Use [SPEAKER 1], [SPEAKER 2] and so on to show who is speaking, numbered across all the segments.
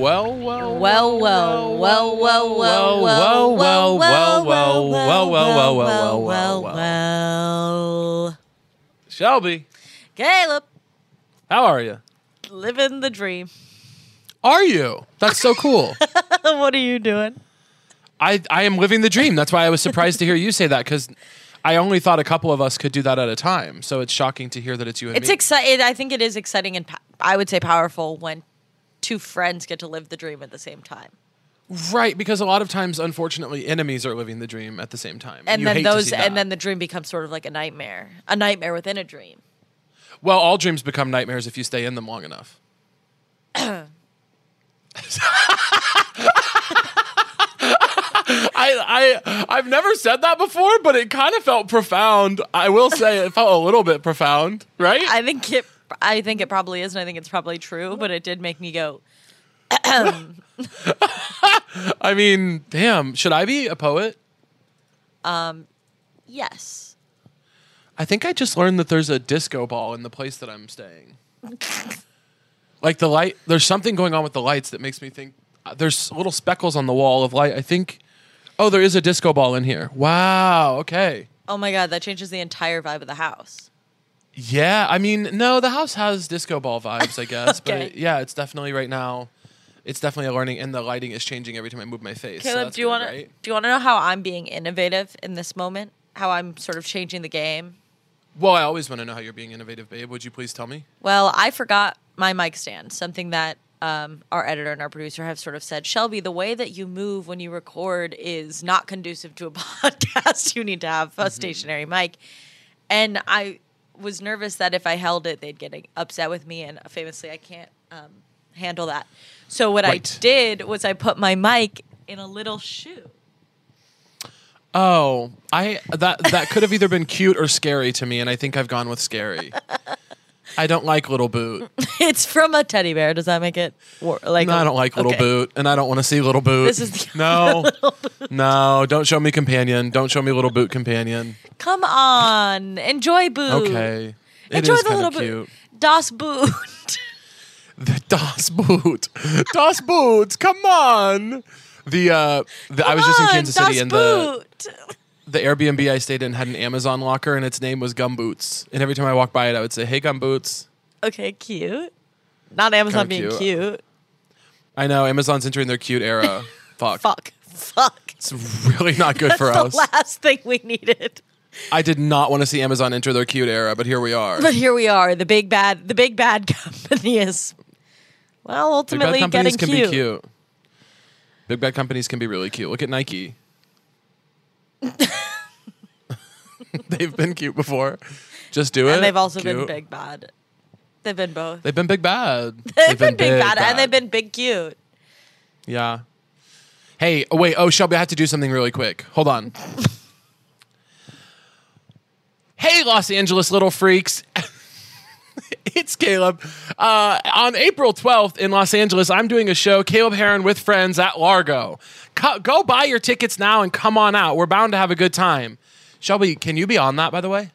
[SPEAKER 1] Well, well,
[SPEAKER 2] Well, well, well, well, well, well, well, well, well, well, well, well, well, well, well.
[SPEAKER 1] Shelby,
[SPEAKER 2] Caleb,
[SPEAKER 1] how are you?
[SPEAKER 2] living the dream.
[SPEAKER 1] Are you? That's so cool.
[SPEAKER 2] What are you doing?
[SPEAKER 1] I, I am living the dream. That's why I was surprised to hear you say that because I only thought a couple of us could do that at a time. So it's shocking to hear that it's you and
[SPEAKER 2] It's
[SPEAKER 1] me.
[SPEAKER 2] exciting. I think it is exciting and po- I would say powerful when two friends get to live the dream at the same time.
[SPEAKER 1] right, because a lot of times, unfortunately, enemies are living the dream at the same time.
[SPEAKER 2] And
[SPEAKER 1] you
[SPEAKER 2] then
[SPEAKER 1] hate to
[SPEAKER 2] those,
[SPEAKER 1] see that.
[SPEAKER 2] and then the dream becomes sort of like a nightmare, a nightmare within a dream.
[SPEAKER 1] Well, all dreams become nightmares if you stay in them long enough. I, I I've never said that before, but it kind of felt profound. I will say it felt a little bit profound, right?
[SPEAKER 2] I think it. I think it probably is, and I think it's probably true. But it did make me go.
[SPEAKER 1] I mean, damn, should I be a poet?
[SPEAKER 2] Yes.
[SPEAKER 1] I think I just learned that there's a disco ball in the place that I'm staying. like the light, there's something going on with the lights that makes me think uh, there's little speckles on the wall of light. I think, oh, there is a disco ball in here. Wow. Okay.
[SPEAKER 2] Oh my god, that changes the entire vibe of the house.
[SPEAKER 1] Yeah. I mean, no, the house has disco ball vibes, I guess. But
[SPEAKER 2] Okay.
[SPEAKER 1] it- yeah, it's definitely right now. It's definitely a learning, and the lighting is changing every time I move my face. so
[SPEAKER 2] Caleb,
[SPEAKER 1] that's
[SPEAKER 2] do you
[SPEAKER 1] good,
[SPEAKER 2] want
[SPEAKER 1] right?
[SPEAKER 2] to do you want to know how I'm being innovative in this moment? How I'm sort of changing the game?
[SPEAKER 1] Well, I always want to know how you're being innovative, babe. Would you please tell me?
[SPEAKER 2] Well, I forgot my mic stand, something that um, our editor and our producer have sort of said, Shelby, the way that you move when you record is not conducive to a podcast. You need to have
[SPEAKER 1] Mm-hmm.
[SPEAKER 2] a stationary mic. And I was nervous that if I held it, they'd get upset with me. And famously, I can't um, handle that. So what
[SPEAKER 1] Right.
[SPEAKER 2] I did was I put my mic in a little shoe.
[SPEAKER 1] Oh, I that that could have either been cute or scary to me, and I think I've gone with scary. I don't like little boot.
[SPEAKER 2] It's from a teddy bear. Does that make it wor- like?
[SPEAKER 1] No, I don't like little
[SPEAKER 2] okay.
[SPEAKER 1] boot, and I don't want to see little boot.
[SPEAKER 2] This is the
[SPEAKER 1] no, no. Don't show me companion. Don't show me little boot companion.
[SPEAKER 2] Come on, enjoy Boo.
[SPEAKER 1] Okay, It
[SPEAKER 2] Enjoy
[SPEAKER 1] is
[SPEAKER 2] the
[SPEAKER 1] kinda
[SPEAKER 2] little boot. Das Boot.
[SPEAKER 1] The Das Boot, Das Boot. Come on. The uh, the, I was just in
[SPEAKER 2] Come on,
[SPEAKER 1] Kansas City,
[SPEAKER 2] Das
[SPEAKER 1] and the
[SPEAKER 2] Boot.
[SPEAKER 1] the Airbnb I stayed in had an Amazon locker, and its name was Gumboots. And every time I walked by it, I would say, "Hey, Gumboots."
[SPEAKER 2] Okay, cute. Not Amazon
[SPEAKER 1] Kinda
[SPEAKER 2] being cute.
[SPEAKER 1] cute. I know Amazon's entering their cute era. Fuck.
[SPEAKER 2] Fuck. Fuck.
[SPEAKER 1] It's really not good for
[SPEAKER 2] That's
[SPEAKER 1] us.
[SPEAKER 2] the last thing we needed.
[SPEAKER 1] I did not want to see Amazon enter their cute era, but here we are.
[SPEAKER 2] But here we are. The big bad. The big bad company is. Well,
[SPEAKER 1] Big bad
[SPEAKER 2] ultimately
[SPEAKER 1] companies
[SPEAKER 2] getting
[SPEAKER 1] can be cute. Big bad companies can be really cute. Look at Nike. they've been cute before. Just do it.
[SPEAKER 2] And they've also been
[SPEAKER 1] Cute.
[SPEAKER 2] big bad. They've been both.
[SPEAKER 1] They've been big bad.
[SPEAKER 2] They've, been, big bad, and they've been big cute.
[SPEAKER 1] Yeah. Hey, oh, wait. Oh, Shelby, I have to do something really quick. Hold on. hey, Los Angeles little freaks. it's Caleb. Uh, on April 12th in Los Angeles, I'm doing a show, Caleb Heron with friends at Largo. Co- go buy your tickets now and come on out. We're bound to have a good time. Shelby, can you be on that, by the way?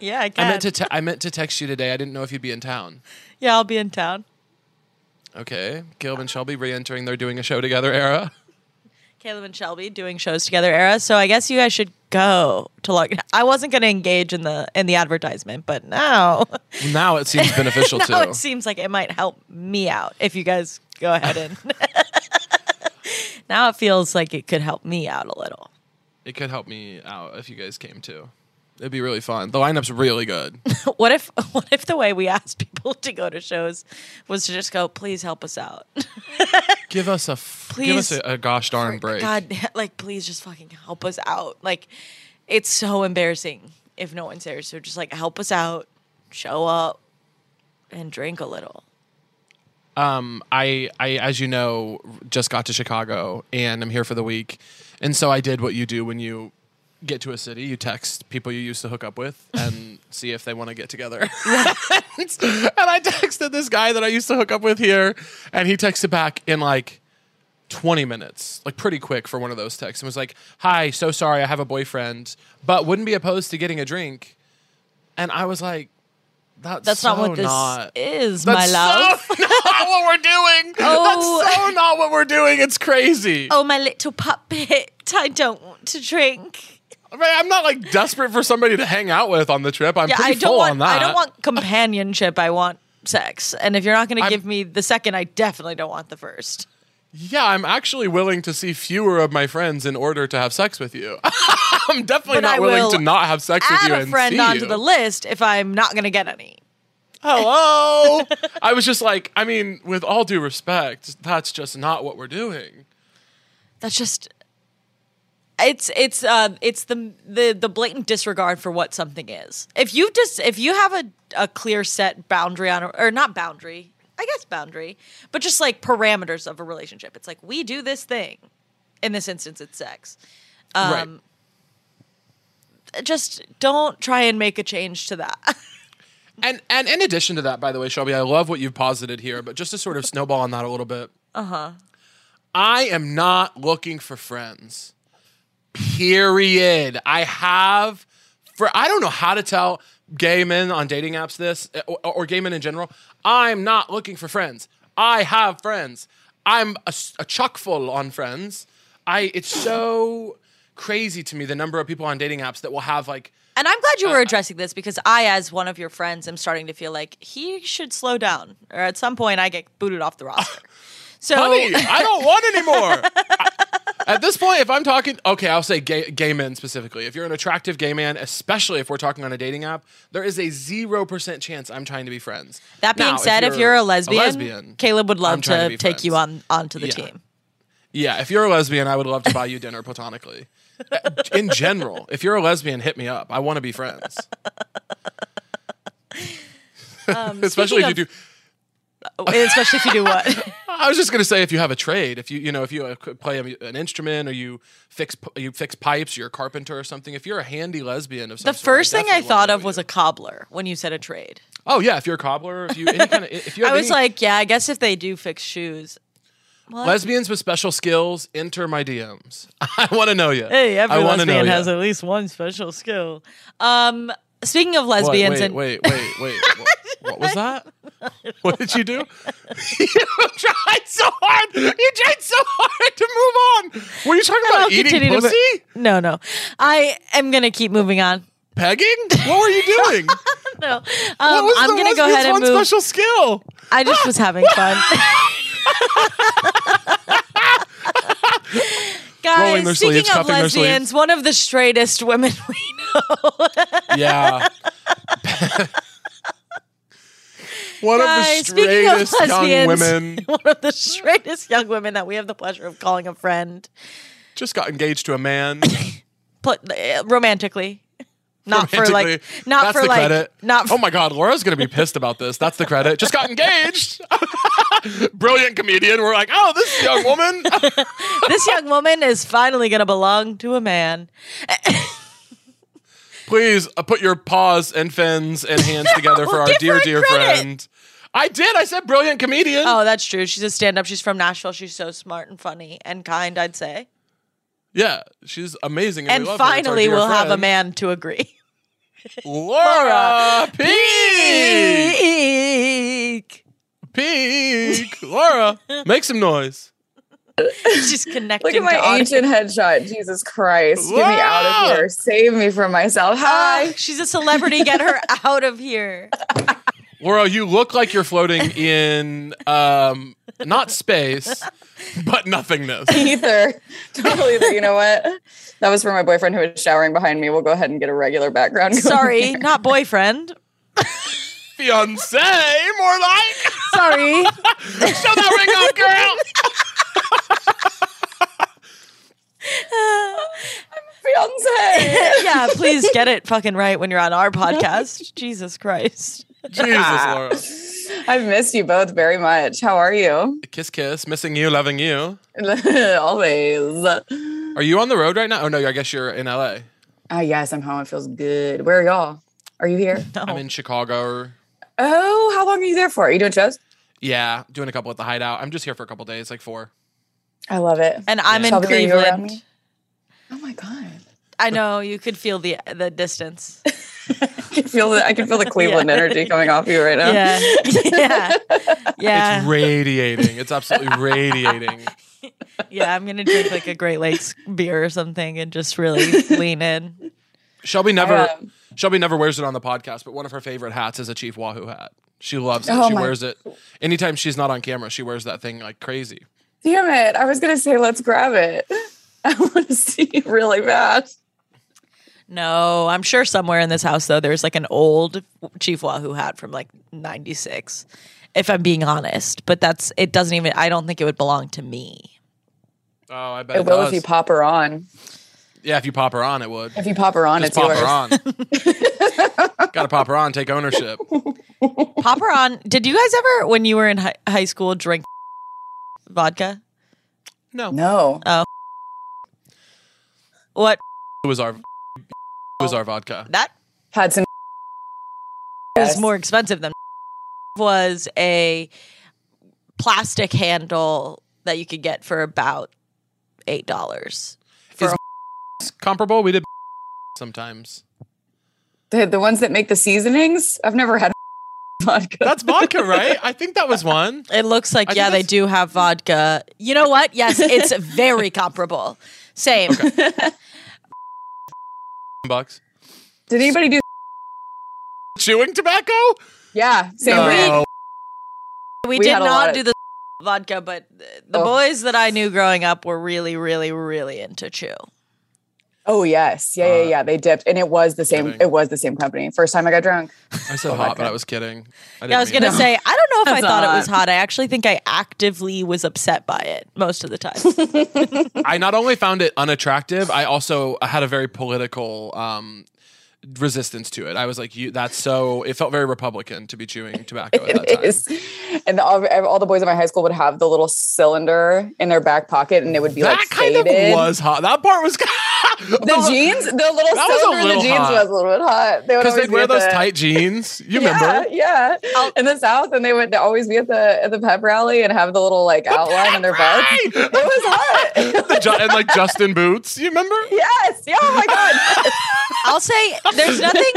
[SPEAKER 2] Yeah, I can.
[SPEAKER 1] I meant to. Te- I meant to text you today. I didn't know if you'd be in town.
[SPEAKER 2] yeah, I'll be in town.
[SPEAKER 1] Okay, Caleb and Shelby re-entering their doing a show together era.
[SPEAKER 2] Caleb and Shelby doing shows together era. So I guess you guys should go to log. I wasn't going to engage in the in the advertisement, but now,
[SPEAKER 1] Now it seems beneficial
[SPEAKER 2] now
[SPEAKER 1] too.
[SPEAKER 2] it seems like it might help me out if you guys go ahead and Now it feels like it could help me out a little.
[SPEAKER 1] It could help me out if you guys came too. It'd be really fun. The lineup's really good.
[SPEAKER 2] What if what if the way we asked people to go to shows was to just go, please help us out?
[SPEAKER 1] give us a f- give us
[SPEAKER 2] Please.
[SPEAKER 1] a, a gosh darn break.
[SPEAKER 2] God, like please just fucking help us out. Like it's so embarrassing if no one's there. So just like help us out, show up, and drink a little.
[SPEAKER 1] Um, I I as you know just got to Chicago and I'm here for the week, and so I did what you do when you get to a city. You text people you used to hook up with and see if they want to get together. and I texted this guy that I used to hook up with here, and he texted back in like 20 minutes, like pretty quick for one of those texts, and was like, Hi, so sorry, I have a boyfriend, but wouldn't be opposed to getting a drink. And I was like, That's,
[SPEAKER 2] That's not
[SPEAKER 1] so
[SPEAKER 2] what this
[SPEAKER 1] not-
[SPEAKER 2] is, my
[SPEAKER 1] That's
[SPEAKER 2] love.
[SPEAKER 1] so not what we're doing.
[SPEAKER 2] Oh.
[SPEAKER 1] That's so not what we're doing. It's crazy.
[SPEAKER 2] oh my little puppet, I don't want to drink.
[SPEAKER 1] I mean, I'm not like desperate for somebody to hang out with on the trip. I'm
[SPEAKER 2] Yeah,
[SPEAKER 1] pretty
[SPEAKER 2] I don't
[SPEAKER 1] full
[SPEAKER 2] want.
[SPEAKER 1] on that.
[SPEAKER 2] I don't want companionship. I want sex. And if you're not going to
[SPEAKER 1] I'm-
[SPEAKER 2] give me the second, I definitely don't want the first.
[SPEAKER 1] Yeah, I'm actually willing to see fewer of my friends in order to have sex with you. I'm definitely
[SPEAKER 2] But
[SPEAKER 1] not
[SPEAKER 2] I
[SPEAKER 1] willing
[SPEAKER 2] will
[SPEAKER 1] to not have sex with
[SPEAKER 2] Add
[SPEAKER 1] you
[SPEAKER 2] a
[SPEAKER 1] and
[SPEAKER 2] friend
[SPEAKER 1] see
[SPEAKER 2] onto
[SPEAKER 1] you.
[SPEAKER 2] the list if I'm not going to get any.
[SPEAKER 1] Hello. I was just like, I mean, with all due respect, that's just not what we're doing.
[SPEAKER 2] that's just it's it's uh it's the the the blatant disregard for what something is. If you just if you have a a clear set boundary on a, or not boundary, I guess boundary, but just like parameters of a relationship. It's like we do this thing. In this instance, it's sex. Um, Just don't try and make a change to that.
[SPEAKER 1] And and in addition to that, by the way, Shelby, I love what you've posited here, but just to sort of snowball on that a little bit. Uh huh. I am not looking for friends. Period. I have for I don't know how to tell gay men on dating apps this or, or gay men in general. I'm not looking for friends. I have friends. I'm a, s- a chock full on friends. I it's so crazy to me the number of people on dating apps that will have like
[SPEAKER 2] And I'm glad you were addressing this because I, as one of your friends, am starting to feel like he should slow down, or at some point I get booted off the roster. So
[SPEAKER 1] honey, I don't want anymore. At this point, if I'm talking, okay, I'll say gay, gay men specifically. If you're an attractive gay man, especially if we're talking on a dating app, there is a 0% chance I'm trying to be friends.
[SPEAKER 2] that being
[SPEAKER 1] Now,
[SPEAKER 2] said, if you're, a, lesbian,
[SPEAKER 1] lesbian,
[SPEAKER 2] Caleb would
[SPEAKER 1] I'm
[SPEAKER 2] love
[SPEAKER 1] trying
[SPEAKER 2] to,
[SPEAKER 1] to be
[SPEAKER 2] take you on
[SPEAKER 1] friends.
[SPEAKER 2] onto the
[SPEAKER 1] Yeah.
[SPEAKER 2] team.
[SPEAKER 1] Yeah, if you're a lesbian, I would love to buy you dinner platonically. Uh, In general, if you're a lesbian, hit me up. I want to be friends. especially if
[SPEAKER 2] Um, speaking
[SPEAKER 1] you do.
[SPEAKER 2] Especially if you do what?
[SPEAKER 1] I was just gonna say, if you have a trade, if you you know if you uh, c- play a- an instrument or you fix p- you fix pipes, you're a carpenter or something. If you're a handy lesbian of some
[SPEAKER 2] the first thing I thought of was
[SPEAKER 1] a
[SPEAKER 2] a cobbler when you said a trade.
[SPEAKER 1] oh yeah, if you're a cobbler, if you any kind of if you
[SPEAKER 2] I
[SPEAKER 1] have
[SPEAKER 2] was
[SPEAKER 1] any-
[SPEAKER 2] like, uh, yeah, I guess if they do fix shoes, well,
[SPEAKER 1] lesbians with special skills, enter my DMs. I want to know you.
[SPEAKER 2] Hey, every
[SPEAKER 1] I wanna
[SPEAKER 2] lesbian
[SPEAKER 1] know
[SPEAKER 2] has
[SPEAKER 1] ya.
[SPEAKER 2] at least one special skill. Um, speaking of
[SPEAKER 1] What,
[SPEAKER 2] lesbians
[SPEAKER 1] wait,
[SPEAKER 2] and
[SPEAKER 1] wait, wait, wait, What, what was that? What did you do? you tried so hard. You tried so hard to move on. Were you talking
[SPEAKER 2] I'll
[SPEAKER 1] about eating
[SPEAKER 2] continue to mo-
[SPEAKER 1] pussy?
[SPEAKER 2] no, no, I am gonna keep moving on.
[SPEAKER 1] Pegging? What were you doing?
[SPEAKER 2] No, um, I'm gonna go ahead and move.
[SPEAKER 1] skill?
[SPEAKER 2] I just was having fun.
[SPEAKER 1] Rolling their
[SPEAKER 2] Guys, speaking
[SPEAKER 1] sleeves,
[SPEAKER 2] of
[SPEAKER 1] cuffing their sleeves.
[SPEAKER 2] lesbians, one of the straightest women we know.
[SPEAKER 1] Yeah. One
[SPEAKER 2] Guys,
[SPEAKER 1] of the
[SPEAKER 2] speaking of
[SPEAKER 1] straightest young
[SPEAKER 2] lesbians.
[SPEAKER 1] women
[SPEAKER 2] one of the straightest young women that we have the pleasure of calling a friend,
[SPEAKER 1] just got engaged to a man.
[SPEAKER 2] Pl- uh, romantically. Not for like,
[SPEAKER 1] Romantically.
[SPEAKER 2] not
[SPEAKER 1] That's
[SPEAKER 2] for
[SPEAKER 1] the
[SPEAKER 2] like,
[SPEAKER 1] credit.
[SPEAKER 2] not for
[SPEAKER 1] oh my God, Laura's gonna be pissed about this. That's the credit. Just got engaged. Brilliant comedian. We're like, oh, this young woman.
[SPEAKER 2] this young woman is finally gonna belong to a man.
[SPEAKER 1] Please uh, put your paws and fins and hands together for
[SPEAKER 2] Well,
[SPEAKER 1] our
[SPEAKER 2] give
[SPEAKER 1] dear,
[SPEAKER 2] her
[SPEAKER 1] dear
[SPEAKER 2] credit.
[SPEAKER 1] friend. I did. I said brilliant comedian.
[SPEAKER 2] Oh, that's true. She's a stand-up. She's from Nashville. She's so smart and funny and kind. I'd say.
[SPEAKER 1] Yeah, she's amazing. And,
[SPEAKER 2] and
[SPEAKER 1] we love her. It's our
[SPEAKER 2] finally
[SPEAKER 1] dear
[SPEAKER 2] we'll have a
[SPEAKER 1] friend.
[SPEAKER 2] man to agree.
[SPEAKER 1] Laura Peak.
[SPEAKER 2] Eek.
[SPEAKER 1] Peak. Laura, make some noise.
[SPEAKER 2] She's connecting.
[SPEAKER 3] Look at
[SPEAKER 2] to
[SPEAKER 3] my
[SPEAKER 2] audience.
[SPEAKER 3] ancient headshot. Jesus Christ. Get me out
[SPEAKER 1] Whoa!
[SPEAKER 3] of here. Save me from myself.
[SPEAKER 2] Ah,
[SPEAKER 3] Hi.
[SPEAKER 2] she's a celebrity. Get her out of here.
[SPEAKER 1] Laura, you look like you're floating in um not space, but nothingness.
[SPEAKER 3] Either. Totally. Either. You know what? That was for my boyfriend who was showering behind me. We'll go ahead and get a regular background. going
[SPEAKER 2] Sorry,
[SPEAKER 3] here.
[SPEAKER 2] not boyfriend.
[SPEAKER 1] Fiance, more like.
[SPEAKER 2] Sorry.
[SPEAKER 1] Shut that ring off, girl.
[SPEAKER 3] Fiance.
[SPEAKER 2] yeah, please get it fucking right when you're on our podcast. Jesus Christ.
[SPEAKER 1] Jesus, Laura.
[SPEAKER 3] I've missed you both very much. How are you?
[SPEAKER 1] Kiss, kiss. Missing you, loving you.
[SPEAKER 3] Always.
[SPEAKER 1] Are you on the road right now? Oh no, I guess you're in LA.
[SPEAKER 3] Ah, yes, I'm home. It feels good. Where are y'all? Are you here?
[SPEAKER 1] I'm in Chicago. Or,
[SPEAKER 3] Oh, how long are you there for? Are you doing shows?
[SPEAKER 1] yeah, doing a couple at the Hideout. I'm just here for a couple days, like four.
[SPEAKER 3] I love it.
[SPEAKER 2] And I'm in
[SPEAKER 3] Shelby, are you around
[SPEAKER 2] Cleveland.
[SPEAKER 3] me? oh my god,
[SPEAKER 2] I know you could feel the the distance.
[SPEAKER 3] I can feel the I can feel the Cleveland energy coming off you right now.
[SPEAKER 2] Yeah. yeah.
[SPEAKER 1] It's
[SPEAKER 2] Yeah.
[SPEAKER 1] radiating. It's absolutely radiating.
[SPEAKER 2] Yeah, I'm going to drink like a Great Lakes beer or something and just really lean in.
[SPEAKER 1] Shelby never
[SPEAKER 3] Um,
[SPEAKER 1] Shelby never wears it on the podcast, but one of her favorite hats is a Chief Wahoo hat. She loves it.
[SPEAKER 3] Oh
[SPEAKER 1] she
[SPEAKER 3] my-
[SPEAKER 1] wears it anytime she's not on camera. She wears that thing like crazy.
[SPEAKER 3] Damn it! I was gonna say let's grab it. I want to see it really bad.
[SPEAKER 2] No, I'm sure somewhere in this house though there's like an old Chief Wahoo hat from like 96 if I'm being honest, but that's it doesn't even I don't think it would belong to me.
[SPEAKER 1] Oh, I bet
[SPEAKER 3] It,
[SPEAKER 1] it,
[SPEAKER 3] will
[SPEAKER 1] does.
[SPEAKER 3] if you pop her on.
[SPEAKER 1] yeah, if you pop her on, it would.
[SPEAKER 3] If you pop her on,
[SPEAKER 1] Just
[SPEAKER 3] it's
[SPEAKER 1] pop
[SPEAKER 3] yours.
[SPEAKER 1] her on. Got to pop her on. Take ownership.
[SPEAKER 2] Pop her on. Did you guys ever when you were in hi- high school drink vodka?
[SPEAKER 1] No,
[SPEAKER 3] No,
[SPEAKER 2] What
[SPEAKER 1] it was our it was our vodka.
[SPEAKER 2] that
[SPEAKER 3] had some.
[SPEAKER 2] was
[SPEAKER 3] Yes.
[SPEAKER 2] more expensive than was a plastic handle that you could get for about eight dollars.
[SPEAKER 1] It's comparable. We did sometimes.
[SPEAKER 3] The, the ones that make the seasonings. I've never had vodka.
[SPEAKER 1] That's vodka, right? I think that was one.
[SPEAKER 2] It looks like
[SPEAKER 1] I think
[SPEAKER 2] yeah, they
[SPEAKER 1] that's-
[SPEAKER 2] do have vodka. You know what? Yes, it's very comparable. Same.
[SPEAKER 1] Bucks.
[SPEAKER 3] Did anybody do?
[SPEAKER 1] Chewing tobacco?
[SPEAKER 3] Yeah, same
[SPEAKER 1] No.
[SPEAKER 3] thing.
[SPEAKER 2] We,
[SPEAKER 3] We
[SPEAKER 2] did
[SPEAKER 3] had a lot
[SPEAKER 2] not
[SPEAKER 3] of-
[SPEAKER 2] do the vodka, but the
[SPEAKER 3] Oh.
[SPEAKER 2] boys that I knew growing up were really, really, really into chew.
[SPEAKER 3] Oh yes, yeah, yeah, yeah. They dipped, and it was the same.
[SPEAKER 1] Uh, kidding.
[SPEAKER 3] It was the same company. First time I got drunk.
[SPEAKER 1] I said hot, but I was kidding. didn't
[SPEAKER 2] Yeah, I was
[SPEAKER 1] mean
[SPEAKER 2] gonna
[SPEAKER 1] it.
[SPEAKER 2] say I don't know if I
[SPEAKER 3] That's
[SPEAKER 2] thought it was
[SPEAKER 3] hot.
[SPEAKER 2] hot. I actually think I actively was upset by it most of the time.
[SPEAKER 1] I not only found it unattractive, I also had a very political um, resistance to it. I was like, "You, that's so." It felt very Republican to be chewing tobacco at that
[SPEAKER 3] It
[SPEAKER 1] time.
[SPEAKER 3] is. And the, all, all the boys in my high school would have the little cylinder in their back pocket, and it would be
[SPEAKER 1] That
[SPEAKER 3] like
[SPEAKER 1] kind
[SPEAKER 3] faded.
[SPEAKER 1] of was hot. That part was the
[SPEAKER 3] the jeans, the little
[SPEAKER 1] That was a
[SPEAKER 3] cylinder in
[SPEAKER 1] little
[SPEAKER 3] the jeans
[SPEAKER 1] hot.
[SPEAKER 3] was a little bit hot. They would
[SPEAKER 1] because
[SPEAKER 3] always
[SPEAKER 1] they'd
[SPEAKER 3] be
[SPEAKER 1] wear
[SPEAKER 3] at
[SPEAKER 1] those
[SPEAKER 3] the-
[SPEAKER 1] tight jeans. You
[SPEAKER 3] Yeah,
[SPEAKER 1] remember?
[SPEAKER 3] yeah. In the south, and they would always be at the at the pep rally and have the little like outline on their butts. It was hot.
[SPEAKER 1] The ju- and like Justin boots. You remember?
[SPEAKER 3] yes. Yeah. Oh my god.
[SPEAKER 2] I'll say there's nothing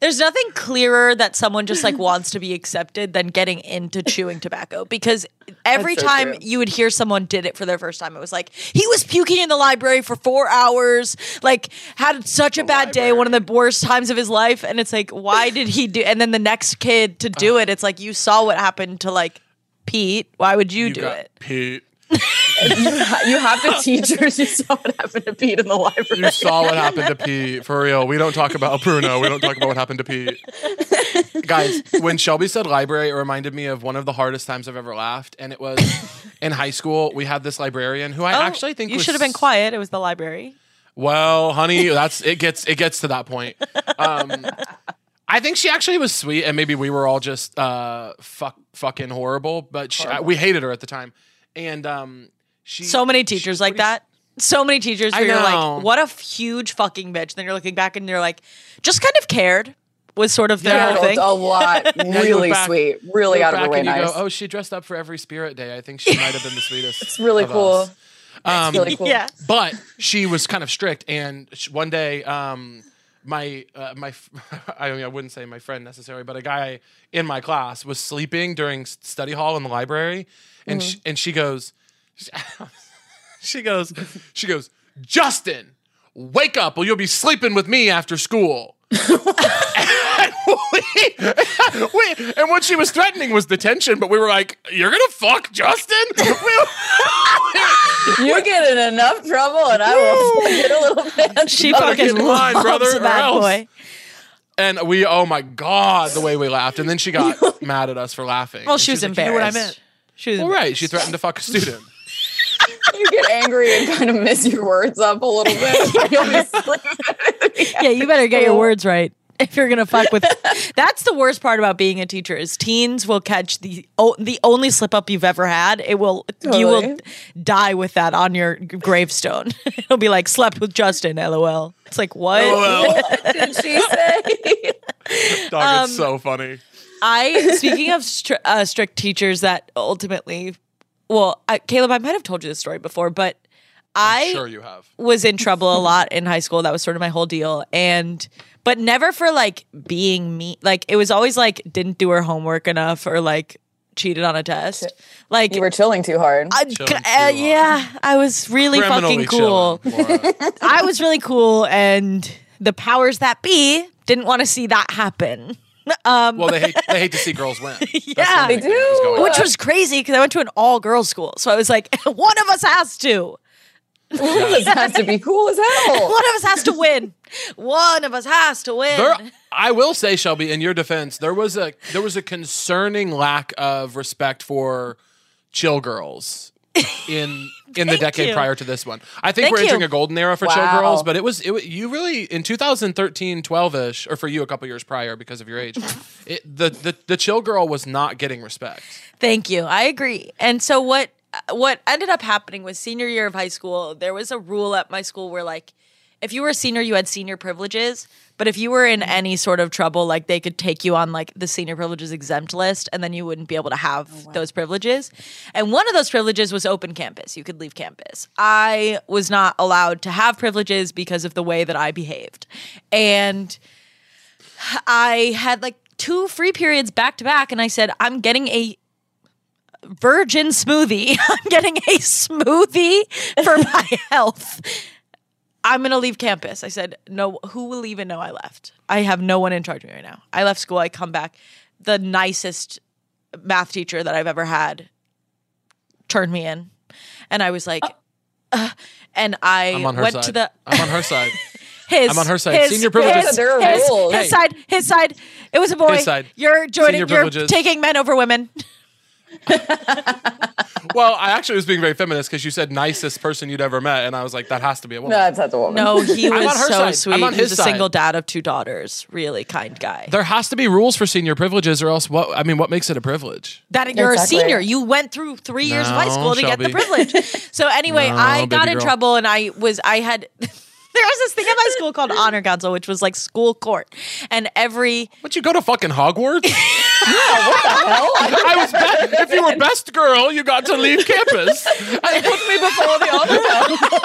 [SPEAKER 2] there's nothing clearer that someone just like wants to be accepted than getting into chewing tobacco because every
[SPEAKER 3] That's so
[SPEAKER 2] time
[SPEAKER 3] true.
[SPEAKER 2] you would hear someone did it for their first time it was like he was puking in the library for 4 hours like had such a bad day one of the worst times of his life and it's like why did he do and then the next kid to do it it's like you saw what happened to like Pete why would you,
[SPEAKER 1] You
[SPEAKER 2] do
[SPEAKER 1] got
[SPEAKER 2] it
[SPEAKER 1] Pete.
[SPEAKER 3] you have the teachers. You saw what happened to Pete in the library.
[SPEAKER 1] You saw what happened to Pete for real. We don't talk about Bruno. We don't talk about what happened to Pete. Guys, when Shelby said library, it reminded me of one of the hardest times I've ever laughed, and it was in high school. We had this librarian who I
[SPEAKER 2] Oh,
[SPEAKER 1] actually think
[SPEAKER 2] you
[SPEAKER 1] was-
[SPEAKER 2] should have been quiet it was the library
[SPEAKER 1] Well, honey, that's it. Gets it gets to that point. Um, I think she actually was sweet, and maybe we were all just uh, fuck fucking horrible. But she, we hated her at the time, and um, she
[SPEAKER 2] So many
[SPEAKER 1] she-
[SPEAKER 2] teachers
[SPEAKER 1] what
[SPEAKER 2] like
[SPEAKER 1] do you-
[SPEAKER 2] that. So many teachers
[SPEAKER 1] I
[SPEAKER 2] where you're
[SPEAKER 1] know.
[SPEAKER 2] like, what a f- huge fucking bitch. Then you're looking back and you're like, just kind of cared was sort of their
[SPEAKER 1] Yeah.
[SPEAKER 2] whole
[SPEAKER 3] Handled
[SPEAKER 2] thing.
[SPEAKER 3] a lot.
[SPEAKER 1] Yeah, you look
[SPEAKER 3] Really
[SPEAKER 1] back-
[SPEAKER 3] sweet.
[SPEAKER 1] you
[SPEAKER 3] Really
[SPEAKER 1] look
[SPEAKER 3] out of her
[SPEAKER 1] back
[SPEAKER 3] way
[SPEAKER 1] and you
[SPEAKER 3] nice.
[SPEAKER 1] Go, oh, she dressed up for every Spirit Day. I think she might have been the sweetest. It's
[SPEAKER 3] really cool.
[SPEAKER 1] Um,
[SPEAKER 3] really cool.
[SPEAKER 2] Yeah.
[SPEAKER 1] But she was kind of strict, and sh one day, um, my uh, my f- I, mean, I wouldn't say my friend necessarily, but a guy in my class was sleeping during s- study hall in the library, and sh- and she goes, she goes, she goes, Justin, wake up, or you'll be sleeping with me after school. and, we- we- and what she was threatening was detention, but we were like, "You're gonna fuck Justin." We-
[SPEAKER 3] You're getting enough trouble, and I will get a little bit.
[SPEAKER 2] She
[SPEAKER 1] Better
[SPEAKER 2] fucking
[SPEAKER 1] get in line,
[SPEAKER 2] loves
[SPEAKER 1] brother,
[SPEAKER 2] a bad
[SPEAKER 1] or else.
[SPEAKER 2] boy.
[SPEAKER 1] And we, oh my god, the way we laughed. And then she got mad at us for laughing.
[SPEAKER 2] Well,
[SPEAKER 1] And
[SPEAKER 2] she was
[SPEAKER 1] she's like,
[SPEAKER 2] embarrassed.
[SPEAKER 1] You know what I meant?
[SPEAKER 2] She was
[SPEAKER 1] Well, right. She threatened to fuck a student.
[SPEAKER 3] You get angry and kind of miss your words up a little bit. You'll be screaming.
[SPEAKER 2] yeah, you better get your words right if you're gonna fuck with. That's the worst part about being a teacher is teens will catch the o- the only slip up you've ever had. It will you will
[SPEAKER 3] Totally.
[SPEAKER 2] die with that on your gravestone. It'll be like slept with Justin. LOL. It's like what?
[SPEAKER 3] Did she say?
[SPEAKER 1] Dog,
[SPEAKER 2] um,
[SPEAKER 1] it's so funny.
[SPEAKER 2] I speaking of str- uh, strict teachers that ultimately, well, I, Caleb, I might have told you this story before, but I
[SPEAKER 1] Sure, you have.
[SPEAKER 2] was in trouble a lot in high school. That was sort of my whole deal. And but never for like being me. Like it was always like didn't do her homework enough or like cheated on a test. Like
[SPEAKER 3] You were chilling too hard.
[SPEAKER 2] I-
[SPEAKER 1] Chilling
[SPEAKER 2] uh,
[SPEAKER 1] too
[SPEAKER 2] yeah, I was really
[SPEAKER 1] Criminally
[SPEAKER 2] fucking cool.
[SPEAKER 1] chilling, Laura.
[SPEAKER 2] I was really cool, and the powers that be didn't want to see that happen. Um,
[SPEAKER 1] well, they hate they hate to see girls win.
[SPEAKER 2] yeah,
[SPEAKER 3] They do.
[SPEAKER 2] which was crazy because I went to an all girls school. So I was like, one of us has to.
[SPEAKER 3] One of us has to be cool as hell.
[SPEAKER 2] One of us has to win. One of us has to win.
[SPEAKER 1] There, I will say, Shelby, in your defense, there was a there was a concerning lack of respect for chill girls in in the
[SPEAKER 2] Thank
[SPEAKER 1] decade
[SPEAKER 2] you.
[SPEAKER 1] prior to this one. I think
[SPEAKER 2] Thank
[SPEAKER 1] we're entering
[SPEAKER 2] you.
[SPEAKER 1] a golden era for chill
[SPEAKER 3] Wow.
[SPEAKER 1] girls, but it was it wa- you really in 2013, 12 ish, or for you a couple years prior because of your age, it, the, the the chill girl was not getting respect.
[SPEAKER 2] Thank you. I agree. And so what what ended up happening was senior year of high school, there was a rule at my school where like if you were a senior, you had senior privileges, but if you were in any sort of trouble, like they could take you on like the senior privileges exempt list and then you wouldn't be able to have those privileges. And one of those privileges was open campus. You could leave campus. I was not allowed to have privileges because of the way that I behaved. And I had like two free periods back to back, and I said, I'm getting a virgin smoothie. I'm getting a smoothie for my health. I'm gonna leave campus. I said, no, who will even know I left? I have no one in charge of me right now. I left school, I come back. The nicest math teacher that I've ever had turned me in. And I was like, uh, and I
[SPEAKER 1] Oh. I'm on her
[SPEAKER 2] went
[SPEAKER 1] side.
[SPEAKER 2] to the
[SPEAKER 1] I'm on her side.
[SPEAKER 2] his.
[SPEAKER 1] I'm on her side.
[SPEAKER 2] His,
[SPEAKER 1] Senior privileges-
[SPEAKER 2] His,
[SPEAKER 3] There are
[SPEAKER 2] his-
[SPEAKER 3] rules.
[SPEAKER 2] his
[SPEAKER 1] Hey.
[SPEAKER 2] side. His side. It was a boy.
[SPEAKER 1] His side.
[SPEAKER 2] You're joining.
[SPEAKER 1] Senior
[SPEAKER 2] You're
[SPEAKER 1] privileges.
[SPEAKER 2] taking men over women.
[SPEAKER 1] well, I actually was being very feminist because you said nicest person you'd ever met, and I was like, that has to be a woman.
[SPEAKER 3] No, that's, that's a woman.
[SPEAKER 2] No, he
[SPEAKER 1] I'm
[SPEAKER 2] was
[SPEAKER 1] on her
[SPEAKER 2] so
[SPEAKER 1] side. I'm
[SPEAKER 2] sweet.
[SPEAKER 1] on
[SPEAKER 2] he was
[SPEAKER 1] his
[SPEAKER 2] a
[SPEAKER 1] side.
[SPEAKER 2] single dad of two daughters. Really kind guy.
[SPEAKER 1] There has to be rules for senior privileges, or else what? I mean, what makes it a privilege?
[SPEAKER 2] that you're
[SPEAKER 3] Exactly.
[SPEAKER 2] a senior. You went through three years of high
[SPEAKER 1] No,
[SPEAKER 2] school to get the
[SPEAKER 1] Shelby.
[SPEAKER 2] privilege. So anyway,
[SPEAKER 1] No,
[SPEAKER 2] I got
[SPEAKER 1] baby
[SPEAKER 2] in
[SPEAKER 1] girl.
[SPEAKER 2] trouble and I was I had there was this thing at my school called honor council, which was like school court. And every
[SPEAKER 1] Would you go to fucking Hogwarts?
[SPEAKER 3] Hell, I don't
[SPEAKER 1] I was be- if you were best girl, you got to leave campus. I put me before the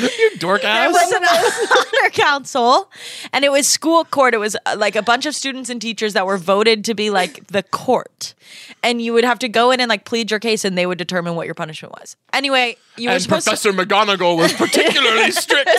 [SPEAKER 1] other one. you dork
[SPEAKER 2] There
[SPEAKER 1] ass.
[SPEAKER 2] was an honor council, and it was school court. It was uh, like a bunch of students and teachers that were voted to be like the court, and you would have to go in and like plead your case, and they would determine what your punishment was. Anyway, you were
[SPEAKER 1] And
[SPEAKER 2] supposed to,
[SPEAKER 1] Professor McGonagall was particularly strict.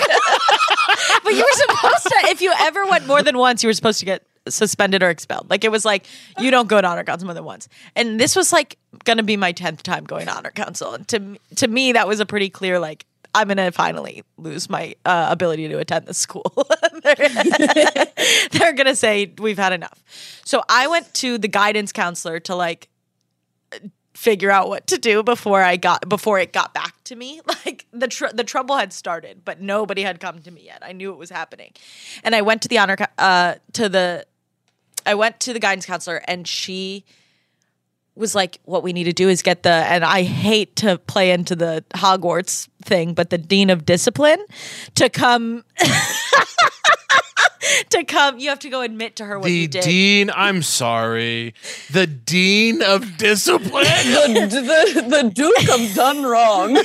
[SPEAKER 2] but you were supposed to. If you ever went more than once, you were supposed to get suspended or expelled. Like it was like you don't go to honor council more than once, and this was like going to be my tenth time going to honor council. And to to me, that was a pretty clear like. I'm gonna finally lose my uh, ability to attend this school. they're gonna say we've had enough. So I went to the guidance counselor to like figure out what to do before I got before it got back to me. Like the tr- the trouble had started, but nobody had come to me yet. I knew it was happening, and I went to the honor co- uh, to the I went to the guidance counselor, and she was like, "What we need to do is get the." And I hate to play into the Hogwarts thing, but the dean of discipline to come. To come, you have to go admit to her what
[SPEAKER 1] the
[SPEAKER 2] you did.
[SPEAKER 1] dean, I'm sorry. The dean of discipline.
[SPEAKER 3] the, the, the Duke of done wrong.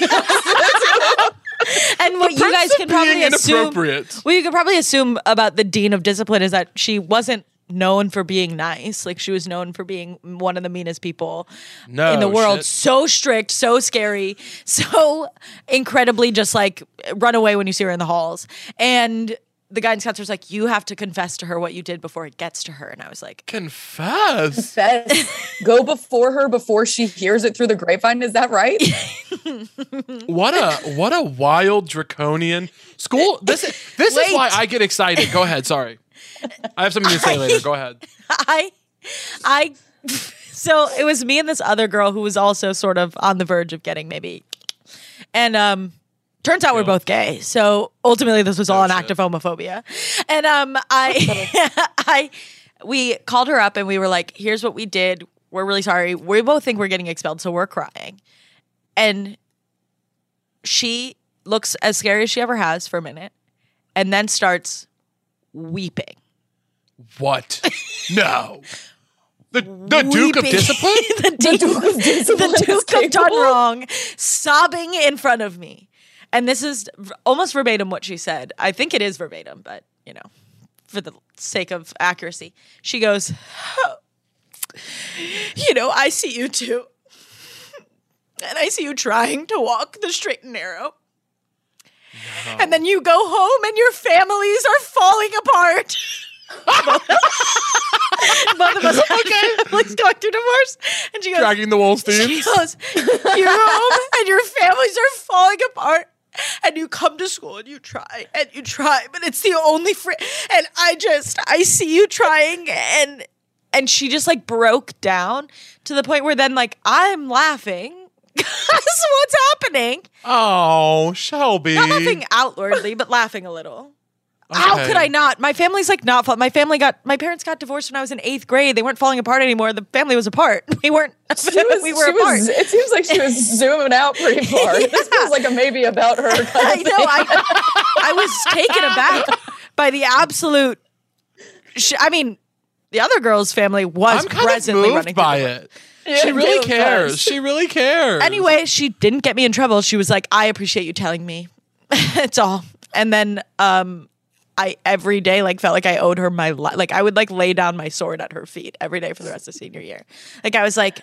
[SPEAKER 2] and what you
[SPEAKER 1] Prince
[SPEAKER 2] guys
[SPEAKER 1] of
[SPEAKER 2] can probably
[SPEAKER 1] being
[SPEAKER 2] assume
[SPEAKER 1] inappropriate.
[SPEAKER 2] well you could probably assume about the dean of discipline is that she wasn't known for being nice like she was known for being one of the meanest people
[SPEAKER 1] No
[SPEAKER 2] in the world
[SPEAKER 1] shit.
[SPEAKER 2] so strict so scary so incredibly just like run away when you see her in the halls and the guidance counselor's like, you have to confess to her what you did before it gets to her. And I was like,
[SPEAKER 1] Confess.
[SPEAKER 3] Says, go before her before she hears it through the grapevine. Is that right?
[SPEAKER 1] What a what a wild draconian school. This is this is why
[SPEAKER 2] Wait.
[SPEAKER 1] I get excited. Go ahead. Sorry, I have something to say later. Go ahead.
[SPEAKER 2] I, I, so it was me and this other girl who was also sort of on the verge of getting maybe, and um, turns out we're both gay. So ultimately, this was all an act of homophobia, and um, I, I, we called her up and we were like, "Here's what we did. We're really sorry. We both think we're getting expelled, so we're crying," and she looks as scary as she ever has for a minute, and then starts weeping.
[SPEAKER 1] What? No. The the Duke of
[SPEAKER 2] Weeping.
[SPEAKER 1] Discipline.
[SPEAKER 2] the Duke, the Duke of Done
[SPEAKER 3] capable?
[SPEAKER 2] Wrong sobbing in front of me. And this is v- almost verbatim what she said. I think it is verbatim, but you know, for the sake of accuracy, she goes, You know, I see you too. And I see you trying to walk the straight and narrow. And then you go home and your families are falling apart. Both of us have families going through divorce. And she goes,
[SPEAKER 1] Dragging the
[SPEAKER 2] she
[SPEAKER 1] Wolfsteins.
[SPEAKER 2] goes, You're home and your families are falling apart. And you come to school and you try and you try, but it's the only friend. And I just, I see you trying. And, and she just like broke down to the point where then, like, I'm laughing. That's what's happening.
[SPEAKER 1] Oh, Shelby.
[SPEAKER 2] Not laughing outwardly, but laughing a little. How
[SPEAKER 1] Okay.
[SPEAKER 2] could I not? My family's like not. Fall- my family got. My parents got divorced when I was in eighth grade. They weren't falling apart anymore. The family was apart. We weren't.
[SPEAKER 3] She was,
[SPEAKER 2] we were
[SPEAKER 3] she
[SPEAKER 2] apart.
[SPEAKER 3] was- it seems like she was zooming out pretty far. This feels like a maybe about her. Kind of
[SPEAKER 2] I
[SPEAKER 3] thing.
[SPEAKER 2] know. I, I was taken aback by the absolute. Sh- I mean, the other girl's family was
[SPEAKER 1] I'm kind of
[SPEAKER 2] presently
[SPEAKER 1] moved
[SPEAKER 2] running
[SPEAKER 1] by
[SPEAKER 2] through the-
[SPEAKER 1] it. She really cares. She really cares.
[SPEAKER 2] Anyway, she didn't get me in trouble. She was like, "I appreciate you telling me. That's all." And then, um, I every day like felt like I owed her my life. Like I would like lay down my sword at her feet every day for the rest of senior year. Like I was like.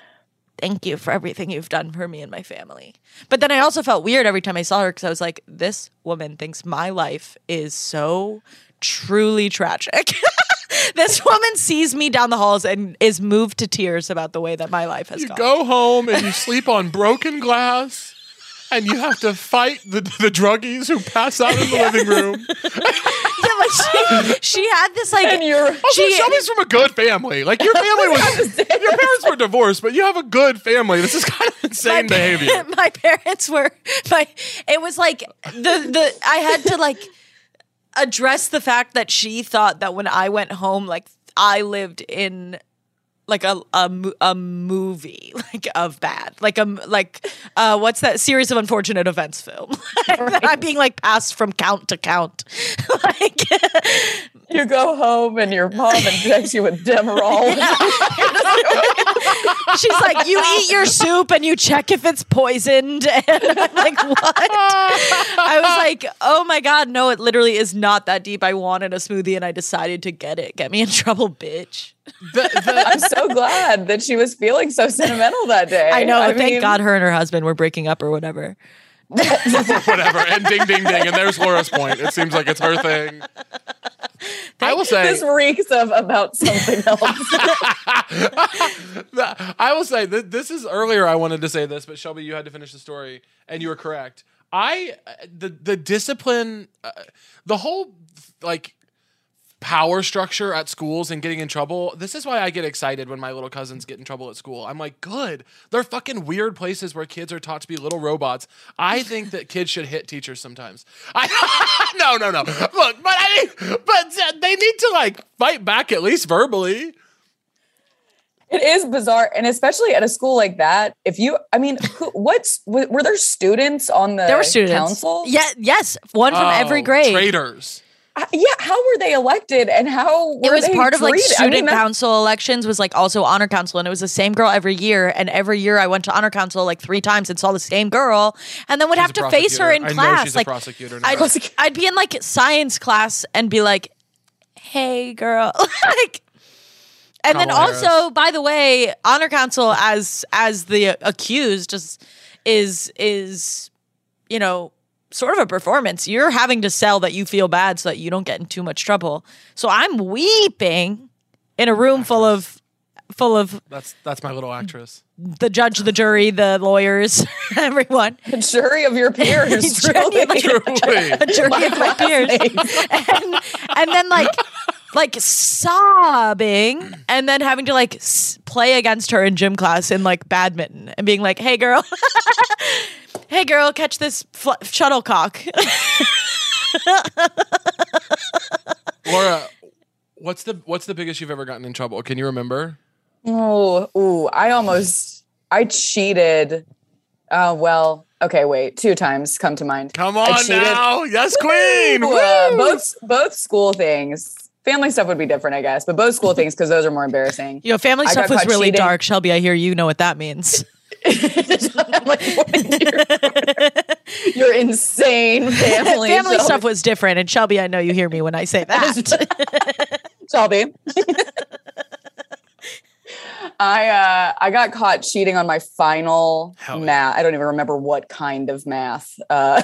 [SPEAKER 2] Thank you for everything you've done for me and my family. But then I also felt weird every time I saw her because I was like, this woman thinks my life is so truly tragic. this woman sees me down the halls and is moved to tears about the way that my life has
[SPEAKER 1] you
[SPEAKER 2] gone.
[SPEAKER 1] go home and you sleep on broken glass. And you have to fight the, the druggies who pass out in the living room.
[SPEAKER 2] Yeah, but she, she had this like
[SPEAKER 3] And you're-
[SPEAKER 1] Also,
[SPEAKER 2] she,
[SPEAKER 1] Oh, Shelby's from a good family. Like your family was, your parents were divorced, but you have a good family. This is kind of
[SPEAKER 2] my,
[SPEAKER 1] insane behavior.
[SPEAKER 2] my parents were my it was like the the I had to like address the fact that she thought that when I went home like I lived in like a a, mo- a movie like of bad like a m- like uh what's that series of unfortunate events film That I'm being like passed from count to count like
[SPEAKER 3] You go home and your mom injects you with Demerol.
[SPEAKER 2] She's like, you eat your soup and you check if it's poisoned. And I'm like, what? I was like, oh my God, no, it literally is not that deep. I wanted a smoothie and I decided to get it. Get me in trouble, bitch.
[SPEAKER 3] I'm so glad that she was feeling so sentimental that day.
[SPEAKER 2] I know. thank
[SPEAKER 3] mean,
[SPEAKER 2] God her and her husband were breaking up or whatever.
[SPEAKER 1] Whatever. And ding, ding, ding. And there's Laura's point. It seems like it's her thing. I will say
[SPEAKER 3] This reeks of about something else.
[SPEAKER 1] I will say that this is earlier. I wanted to say this, but Shelby, you had to finish the story, and you were correct. I uh, the the discipline, uh, the whole like power structure at schools and getting in trouble. This is why I get excited when my little cousins get in trouble at school. I'm like, good. They're fucking weird places where kids are taught to be little robots. I think that kids should hit teachers sometimes. I no no no. Look, but I but uh, they need to like fight back at least verbally.
[SPEAKER 3] It is bizarre, and especially at a school like that. If you, I mean, who, what's w- were there students on the
[SPEAKER 2] There were students.
[SPEAKER 3] council?
[SPEAKER 2] Yeah, yes. One from every
[SPEAKER 1] Oh,
[SPEAKER 2] grade.
[SPEAKER 1] Traitors.
[SPEAKER 3] I- yeah. How were they elected, and how were
[SPEAKER 2] It was
[SPEAKER 3] they
[SPEAKER 2] part of like
[SPEAKER 3] treated? I
[SPEAKER 2] student
[SPEAKER 3] mean, that's-
[SPEAKER 2] council elections, was like also honor council. And it was the same girl every year. And every year I went to honor council like three times and saw the same girl and then would have
[SPEAKER 1] a
[SPEAKER 2] to face her in
[SPEAKER 1] prosecutor. I know
[SPEAKER 2] class.
[SPEAKER 1] she's a
[SPEAKER 2] like,
[SPEAKER 1] prosecutor now.
[SPEAKER 2] I'd, I'd be in like science class and be like, hey, girl. like, and then
[SPEAKER 1] Kamala Harris.
[SPEAKER 2] also, by the way, honor council as as the accused just is is you know sort of a performance. You're having to sell that you feel bad so that you don't get in too much trouble. So I'm weeping in a room full of full of
[SPEAKER 1] That's that's my little actress.
[SPEAKER 2] the judge, the jury, the lawyers, everyone.
[SPEAKER 3] The jury of your peers,
[SPEAKER 2] Jury of
[SPEAKER 3] truly.
[SPEAKER 1] Truly.
[SPEAKER 2] a jury of my peers, and, and then like like sobbing, and then having to like s- play against her in gym class in like badminton, and being like, "Hey girl, hey girl, catch this fl- shuttlecock."
[SPEAKER 1] Laura, what's the what's the biggest you've ever gotten in trouble? Can you remember?
[SPEAKER 3] Oh, ooh, I almost I cheated. Uh, well, okay, wait, two times come to mind.
[SPEAKER 1] Come
[SPEAKER 3] I
[SPEAKER 1] on
[SPEAKER 3] cheated.
[SPEAKER 1] now. Yes, queen.
[SPEAKER 3] Ooh, uh, both both school things. Family stuff would be different, I guess, but both school things because those are more embarrassing.
[SPEAKER 2] You know, family
[SPEAKER 3] I
[SPEAKER 2] stuff
[SPEAKER 3] got
[SPEAKER 2] was
[SPEAKER 3] caught
[SPEAKER 2] really
[SPEAKER 3] cheating.
[SPEAKER 2] dark. Shelby, I hear you know what that means.
[SPEAKER 3] I'm like, what? Your- your insane family.
[SPEAKER 2] family
[SPEAKER 3] Shelby.
[SPEAKER 2] stuff was different, and Shelby, I know you hear me when I say that.
[SPEAKER 3] Shelby. I uh, I got caught cheating on my final
[SPEAKER 1] Hell yeah.
[SPEAKER 3] math. I don't even remember what kind of math uh,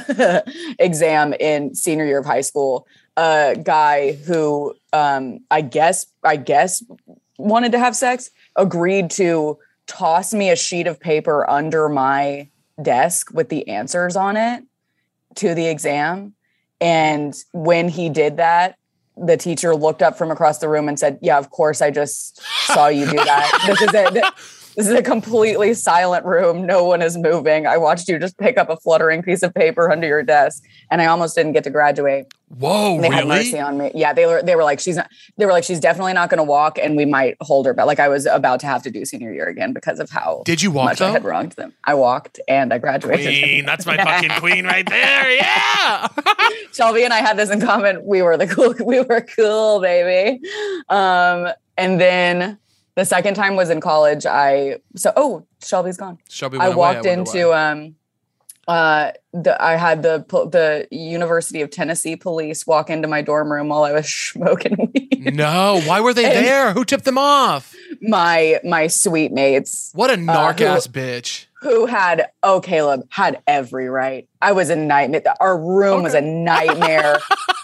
[SPEAKER 3] exam in senior year of high school. A guy who um, I guess I guess wanted to have sex agreed to toss me a sheet of paper under my desk with the answers on it to the exam. And when he did that, the teacher looked up from across the room and said, Yeah, of course, I just saw you do that. this is it. This is a completely silent room. No one is moving. I watched you just pick up a fluttering piece of paper under your desk, and I almost didn't get to graduate.
[SPEAKER 1] Whoa,
[SPEAKER 3] And they had mercy
[SPEAKER 1] really?
[SPEAKER 3] on me. Yeah, they were. They were like, she's not. They were like, she's definitely not going to walk, and we might hold her. But like, I was about to have to do senior year again because of how
[SPEAKER 1] Did you walk
[SPEAKER 3] much I
[SPEAKER 1] though?
[SPEAKER 3] had wronged them. I walked and I graduated.
[SPEAKER 1] Queen. That's my fucking queen right there. Yeah.
[SPEAKER 3] Shelby and I had this in common. We were the cool, we were cool, baby. Um, and then the second time was in college. I so oh, Shelby's gone.
[SPEAKER 1] Shelby went
[SPEAKER 3] I
[SPEAKER 1] away.
[SPEAKER 3] walked
[SPEAKER 1] wonder
[SPEAKER 3] into
[SPEAKER 1] why.
[SPEAKER 3] um uh the I had the po- the University of Tennessee police walk into my dorm room while I was smoking
[SPEAKER 1] Mm.
[SPEAKER 3] weed.
[SPEAKER 1] No, why were they
[SPEAKER 3] and-
[SPEAKER 1] there? Who tipped them off?
[SPEAKER 3] my my sweet mates
[SPEAKER 1] What a narc
[SPEAKER 3] who-
[SPEAKER 1] ass bitch.
[SPEAKER 3] who had oh Caleb had every right. I was a nightmare. Our room was a nightmare.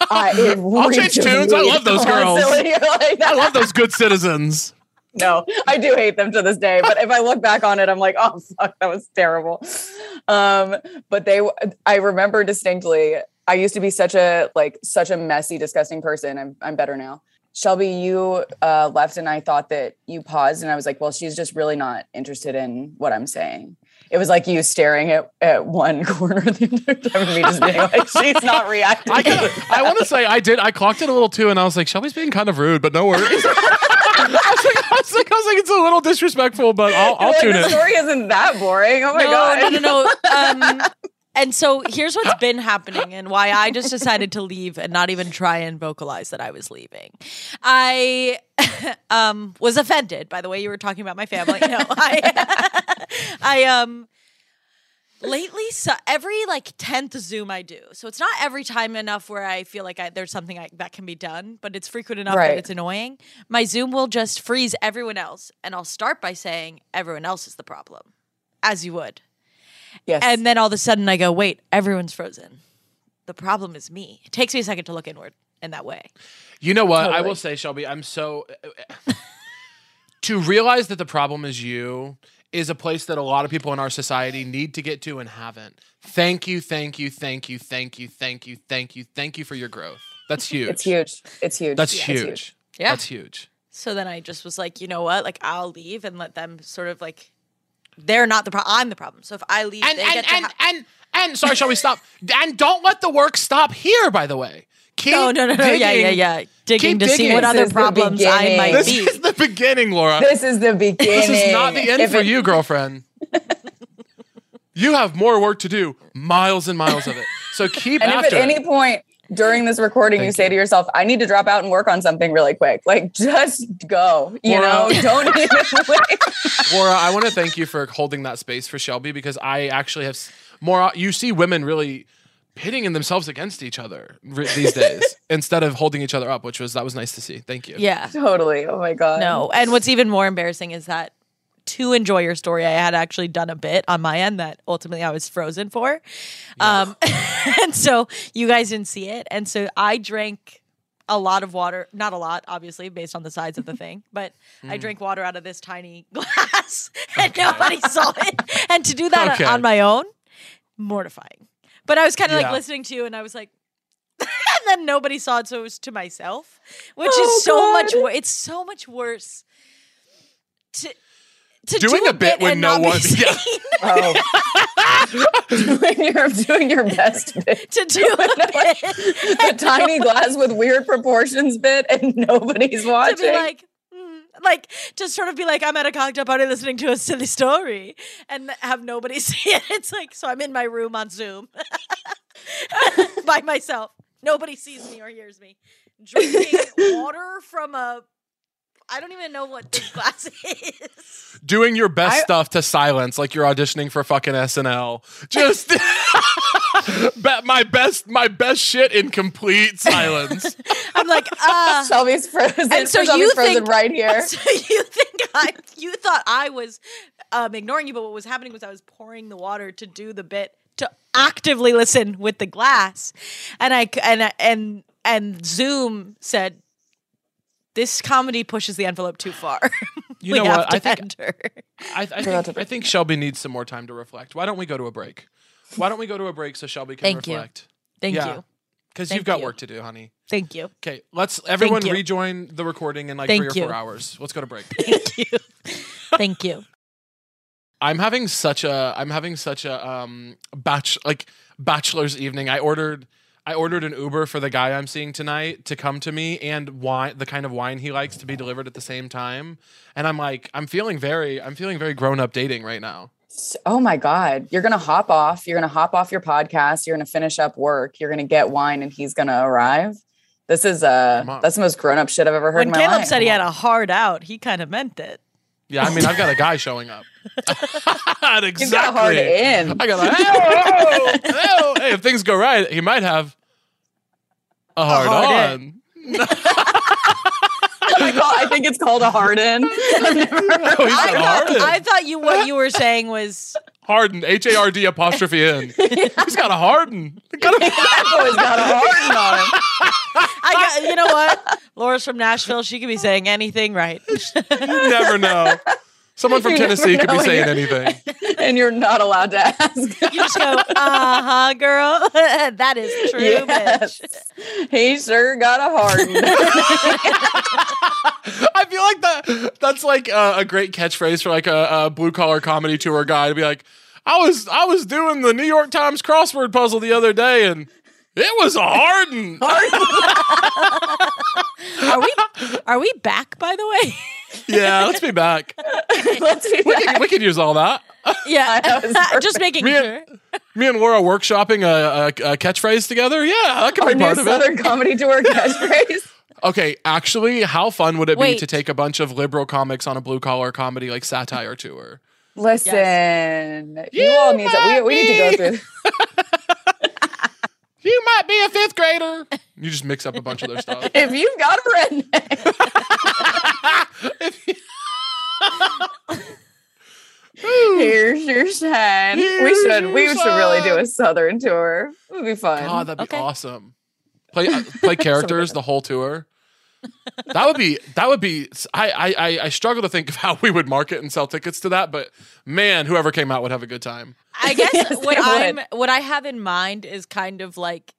[SPEAKER 3] I, it
[SPEAKER 1] I'll change
[SPEAKER 3] reeked of
[SPEAKER 1] tunes. I
[SPEAKER 3] weed
[SPEAKER 1] love those girls.
[SPEAKER 3] constantly. Like,
[SPEAKER 1] I love those good citizens.
[SPEAKER 3] no, I do hate them to this day. But if I look back on it, I'm like, oh fuck, that was terrible. Um, but they, I remember distinctly. I used to be such a like such a messy, disgusting person. I'm I'm better now. Shelby, you uh, left, and I thought that you paused, and I was like, well, she's just really not interested in what I'm saying. It was like you staring at, at one corner the entire time, and me just being like, she's not reacting.
[SPEAKER 1] I, kinda- I want to say I did. I clocked it a little too, and I was like, Shelby's being kind of rude, but no worries. I, was like, I, was like, I was like, it's a little disrespectful, but I'll, I'll
[SPEAKER 3] like,
[SPEAKER 1] tune
[SPEAKER 3] the
[SPEAKER 1] in.
[SPEAKER 3] story isn't that boring. Oh my
[SPEAKER 2] no,
[SPEAKER 3] god.
[SPEAKER 2] no, no, no. Um, and so here's what's been happening and why I just decided to leave and not even try and vocalize that I was leaving. I um, was offended by the way you were talking about my family. No, I, I um. Lately, so every like tenth Zoom I do, so it's not every time enough where I feel like I, there's something I, that can be done, but it's frequent enough
[SPEAKER 3] Right.
[SPEAKER 2] that it's annoying. My Zoom will just freeze everyone else, and I'll start by saying everyone else is the problem, as you would.
[SPEAKER 3] Yes.
[SPEAKER 2] And then all of a sudden I go, wait, everyone's frozen. The problem is me. It takes me a second to look inward in that way.
[SPEAKER 1] You know what? I
[SPEAKER 3] Totally.
[SPEAKER 1] will say, Shelby, I'm so. to realize that the problem is you is a place that a lot of people in our society need to get to and haven't. Thank you, thank you, thank you, thank you, thank you, thank you, thank you for your growth. That's huge.
[SPEAKER 3] It's huge. It's huge.
[SPEAKER 1] That's
[SPEAKER 3] It's
[SPEAKER 1] huge.
[SPEAKER 2] Yeah.
[SPEAKER 1] That's huge.
[SPEAKER 2] So then I just was like, you know what? Like I'll leave and let them sort of like they're not the problem. I'm the problem. So if I leave,
[SPEAKER 1] And
[SPEAKER 2] they
[SPEAKER 1] and
[SPEAKER 2] get to
[SPEAKER 1] and,
[SPEAKER 2] ha-
[SPEAKER 1] and and sorry, shall we stop? And don't let the work stop here, by the way. Keep
[SPEAKER 2] Oh, no, no, no, no, yeah, yeah,
[SPEAKER 1] digging.
[SPEAKER 2] yeah.
[SPEAKER 1] Keep
[SPEAKER 2] Digging to see
[SPEAKER 1] digging.
[SPEAKER 2] what
[SPEAKER 1] This
[SPEAKER 2] other
[SPEAKER 3] is the
[SPEAKER 2] problems I
[SPEAKER 3] beginning.
[SPEAKER 2] might
[SPEAKER 1] This
[SPEAKER 2] be.
[SPEAKER 1] is the beginning, Laura.
[SPEAKER 3] This is the beginning.
[SPEAKER 1] This is not the end
[SPEAKER 3] If
[SPEAKER 1] for
[SPEAKER 3] it-
[SPEAKER 1] you, girlfriend. you have more work to do, miles and miles of it. So keep
[SPEAKER 3] And if at
[SPEAKER 1] after
[SPEAKER 3] any
[SPEAKER 1] it.
[SPEAKER 3] point during this recording you
[SPEAKER 1] Thank
[SPEAKER 3] say
[SPEAKER 1] you.
[SPEAKER 3] to yourself, "I need to drop out and work on something really quick," like just go. You
[SPEAKER 1] Or, uh,
[SPEAKER 3] know, don't even wait.
[SPEAKER 1] Laura, I want to thank you for holding that space for Shelby because I actually have s- more. You see women really pitting in themselves against each other re- these days instead of holding each other up, which was that was nice to see. Thank you.
[SPEAKER 2] Yeah.
[SPEAKER 3] Totally. Oh my god.
[SPEAKER 2] No. And what's even more embarrassing is that to enjoy your story, I had actually done a bit on my end that ultimately I was frozen for. Um, and so you guys didn't see it. And so I drank a lot of water, not a lot, obviously, based on the size of the thing, but
[SPEAKER 1] Mm.
[SPEAKER 2] I drank water out of this tiny glass and nobody saw it. And to do that
[SPEAKER 1] Okay.
[SPEAKER 2] on my own, mortifying. But I was kind of
[SPEAKER 1] Yeah.
[SPEAKER 2] like listening to you and I was like, and then nobody saw it, so it was to myself, which
[SPEAKER 3] Oh,
[SPEAKER 2] is so
[SPEAKER 3] God.
[SPEAKER 2] much. Wor- it's so much worse to to
[SPEAKER 1] Doing
[SPEAKER 2] do
[SPEAKER 1] a bit when
[SPEAKER 2] and
[SPEAKER 1] no
[SPEAKER 2] not be
[SPEAKER 1] one- yeah.
[SPEAKER 2] seen.
[SPEAKER 3] Oh. doing, your, doing your best bit.
[SPEAKER 2] to do a bit
[SPEAKER 3] The tiny glass with weird proportions bit and nobody's
[SPEAKER 2] to
[SPEAKER 3] watching.
[SPEAKER 2] be like. mm, Like to sort of be like I'm at a cocktail party listening to a silly story and have nobody see it. It's like so I'm in my room on Zoom by myself. Nobody sees me or hears me drinking water from a I don't even know what this glass is.
[SPEAKER 1] Doing your best
[SPEAKER 3] I-
[SPEAKER 1] stuff to silence, like you're auditioning for fucking SNL. Just bet my best, my best shit in complete silence.
[SPEAKER 2] I'm like, ah.
[SPEAKER 3] Shelby's frozen.
[SPEAKER 2] and so
[SPEAKER 3] Shelby's
[SPEAKER 2] you
[SPEAKER 3] frozen
[SPEAKER 2] think
[SPEAKER 3] right here.
[SPEAKER 2] So you think I? You thought I was um, ignoring you, but what was happening was I was pouring the water to do the bit to actively listen with the glass, and I c- and I- and and Zoom said. This comedy pushes the envelope too far.
[SPEAKER 1] You
[SPEAKER 2] we
[SPEAKER 1] know
[SPEAKER 2] have
[SPEAKER 1] what?
[SPEAKER 2] To
[SPEAKER 1] I think-
[SPEAKER 2] enter.
[SPEAKER 1] I, I,
[SPEAKER 3] Forgot
[SPEAKER 1] think,
[SPEAKER 3] to-
[SPEAKER 1] I think Shelby needs some more time to reflect. Why don't we go to a break? Why don't we go to a break so Shelby can
[SPEAKER 2] Thank you.
[SPEAKER 1] reflect?
[SPEAKER 2] Thank you.
[SPEAKER 1] Because
[SPEAKER 2] Thank
[SPEAKER 1] you've got
[SPEAKER 2] you.
[SPEAKER 1] work to do, honey.
[SPEAKER 2] Thank you.
[SPEAKER 1] Okay, let's everyone
[SPEAKER 2] you.
[SPEAKER 1] rejoin the recording in like
[SPEAKER 2] Thank
[SPEAKER 1] three or
[SPEAKER 2] you.
[SPEAKER 1] four hours. Let's go to break.
[SPEAKER 2] Thank you. Thank you.
[SPEAKER 1] I'm having such a I'm having such a um batch like bachelor's evening. I ordered I ordered an Uber for the guy I'm seeing tonight to come to me and wine the kind of wine he likes to be delivered at the same time. And I'm like I'm feeling very I'm feeling very grown up dating right now.
[SPEAKER 3] Oh my God. You're going to hop off. You're going to hop off your podcast. You're going to finish up work. You're going to get wine and he's going to arrive. This is
[SPEAKER 1] Come
[SPEAKER 3] uh
[SPEAKER 1] on.
[SPEAKER 3] that's the most grown up shit I've ever heard
[SPEAKER 2] When
[SPEAKER 3] in my
[SPEAKER 2] Caleb
[SPEAKER 3] life.
[SPEAKER 2] said he had a hard out, he kind of meant it.
[SPEAKER 1] Yeah, I mean I've got a guy showing up. exactly.
[SPEAKER 3] He's got a hard in.
[SPEAKER 1] I got like, oh, oh, oh. Hey, if things go right, he might have a hard,
[SPEAKER 2] hard
[SPEAKER 1] on.
[SPEAKER 3] I, call- I think it's called a hard in.
[SPEAKER 1] Oh, he's
[SPEAKER 2] I
[SPEAKER 1] got a hard
[SPEAKER 2] thought,
[SPEAKER 1] in.
[SPEAKER 2] I thought you what you were saying was
[SPEAKER 1] Harden, H A R D apostrophe N. He's got a harden. Got a-
[SPEAKER 3] That boy's got a hard in on him.
[SPEAKER 2] I got, you know what? Laura's from Nashville. She could be saying anything right.
[SPEAKER 1] you never know. Someone from
[SPEAKER 3] You never
[SPEAKER 1] Tennessee could
[SPEAKER 3] know
[SPEAKER 1] be
[SPEAKER 3] when
[SPEAKER 1] saying
[SPEAKER 3] you're-
[SPEAKER 1] anything.
[SPEAKER 3] and you're not allowed to ask.
[SPEAKER 2] You just go, uh huh, girl. that is true,
[SPEAKER 3] Yes.
[SPEAKER 2] bitch.
[SPEAKER 3] He sure got a hard.
[SPEAKER 1] I feel like that that's like uh, a, a great catchphrase for like a, a blue collar comedy tour guy to be like, I was I was doing the New York Times crossword puzzle the other day and it was a harden.
[SPEAKER 2] Are we are we back by the way?
[SPEAKER 1] yeah, let's be back.
[SPEAKER 3] Let's be
[SPEAKER 1] We could- we could use all that.
[SPEAKER 2] yeah.
[SPEAKER 3] That was perfect.
[SPEAKER 2] just making
[SPEAKER 1] Me
[SPEAKER 2] sure.
[SPEAKER 1] and, me and Laura workshopping a, a, a catchphrase together. Yeah, that could
[SPEAKER 3] our
[SPEAKER 1] be
[SPEAKER 3] new
[SPEAKER 1] part of it.
[SPEAKER 3] Southern comedy tour catchphrase.
[SPEAKER 1] Okay, actually, how fun would it
[SPEAKER 2] Wait.
[SPEAKER 1] be to take a bunch of liberal comics on a blue collar comedy like satire tour?
[SPEAKER 3] Listen, you
[SPEAKER 1] You
[SPEAKER 3] all need to. We,
[SPEAKER 1] might
[SPEAKER 3] we need to go
[SPEAKER 1] be-
[SPEAKER 3] through. this.
[SPEAKER 1] You might be a fifth grader. You just mix up a bunch of their stuff.
[SPEAKER 3] If you've got a redneck, here's your sign. we
[SPEAKER 1] Here's
[SPEAKER 3] should. We
[SPEAKER 1] your
[SPEAKER 3] should really do
[SPEAKER 1] sign.
[SPEAKER 3] a Southern tour. It would be fun.
[SPEAKER 1] God, Ah, that'd be
[SPEAKER 2] Okay.
[SPEAKER 1] awesome. Play uh, play characters the whole tour. That would be that would be. I, I I- I struggle to think of how we would market and sell tickets to that, but man, whoever came out would have a good time.
[SPEAKER 2] I guess
[SPEAKER 3] Yes,
[SPEAKER 2] what
[SPEAKER 3] they
[SPEAKER 2] I'm
[SPEAKER 3] would.
[SPEAKER 2] what I have in mind is kind of like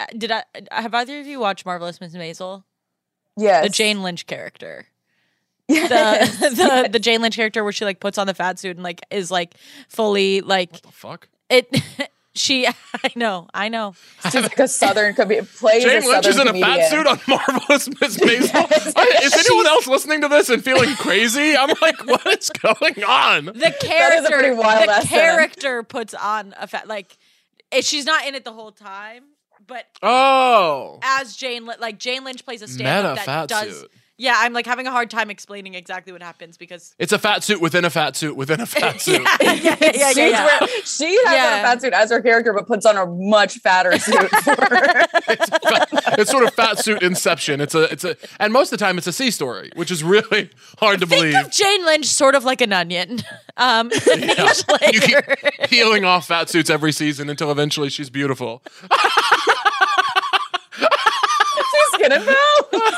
[SPEAKER 2] uh, did I have either of you watched Marvelous Miss Maisel?
[SPEAKER 3] yes,
[SPEAKER 2] The Jane Lynch character.
[SPEAKER 3] Yes.
[SPEAKER 2] The the the Jane Lynch character where she like puts on the fat suit and like is like fully like
[SPEAKER 1] The fuck.
[SPEAKER 2] it she I know, I know.
[SPEAKER 3] She's like a Southern comedian. Plays a
[SPEAKER 1] Jane Lynch is in
[SPEAKER 3] Southern
[SPEAKER 1] a fat
[SPEAKER 3] comedian.
[SPEAKER 1] suit on Marvelous Miss Maisel.
[SPEAKER 3] Yes.
[SPEAKER 1] I- is anyone
[SPEAKER 3] She's-
[SPEAKER 1] else listening to this and feeling crazy? I'm like, what is going on?
[SPEAKER 2] the character
[SPEAKER 3] is a pretty wild
[SPEAKER 2] the
[SPEAKER 3] ass setup.
[SPEAKER 2] character puts on a fat like if she's not in it the whole time but
[SPEAKER 1] Oh,
[SPEAKER 2] as jane Lyn- like jane lynch plays a
[SPEAKER 1] meta
[SPEAKER 2] stand-up that
[SPEAKER 1] fat
[SPEAKER 2] does
[SPEAKER 1] suit.
[SPEAKER 2] Yeah, I'm like having a hard time explaining exactly what happens because
[SPEAKER 1] It's a fat suit within a fat suit within a fat suit.
[SPEAKER 2] yeah, yeah, yeah, yeah,
[SPEAKER 3] She's
[SPEAKER 2] yeah.
[SPEAKER 3] wear- she has
[SPEAKER 2] Yeah.
[SPEAKER 3] on a fat suit as her character, but puts on a much fatter suit for her.
[SPEAKER 1] It's, fat- it's sort of fat suit inception. It's a it's a and most of the time it's a C story, which is really hard to
[SPEAKER 2] Think
[SPEAKER 1] believe.
[SPEAKER 2] of Jane Lynch sort of like an onion. Um, each layer.
[SPEAKER 1] You keep peeling off fat suits every season until eventually she's beautiful.
[SPEAKER 3] She's gonna know.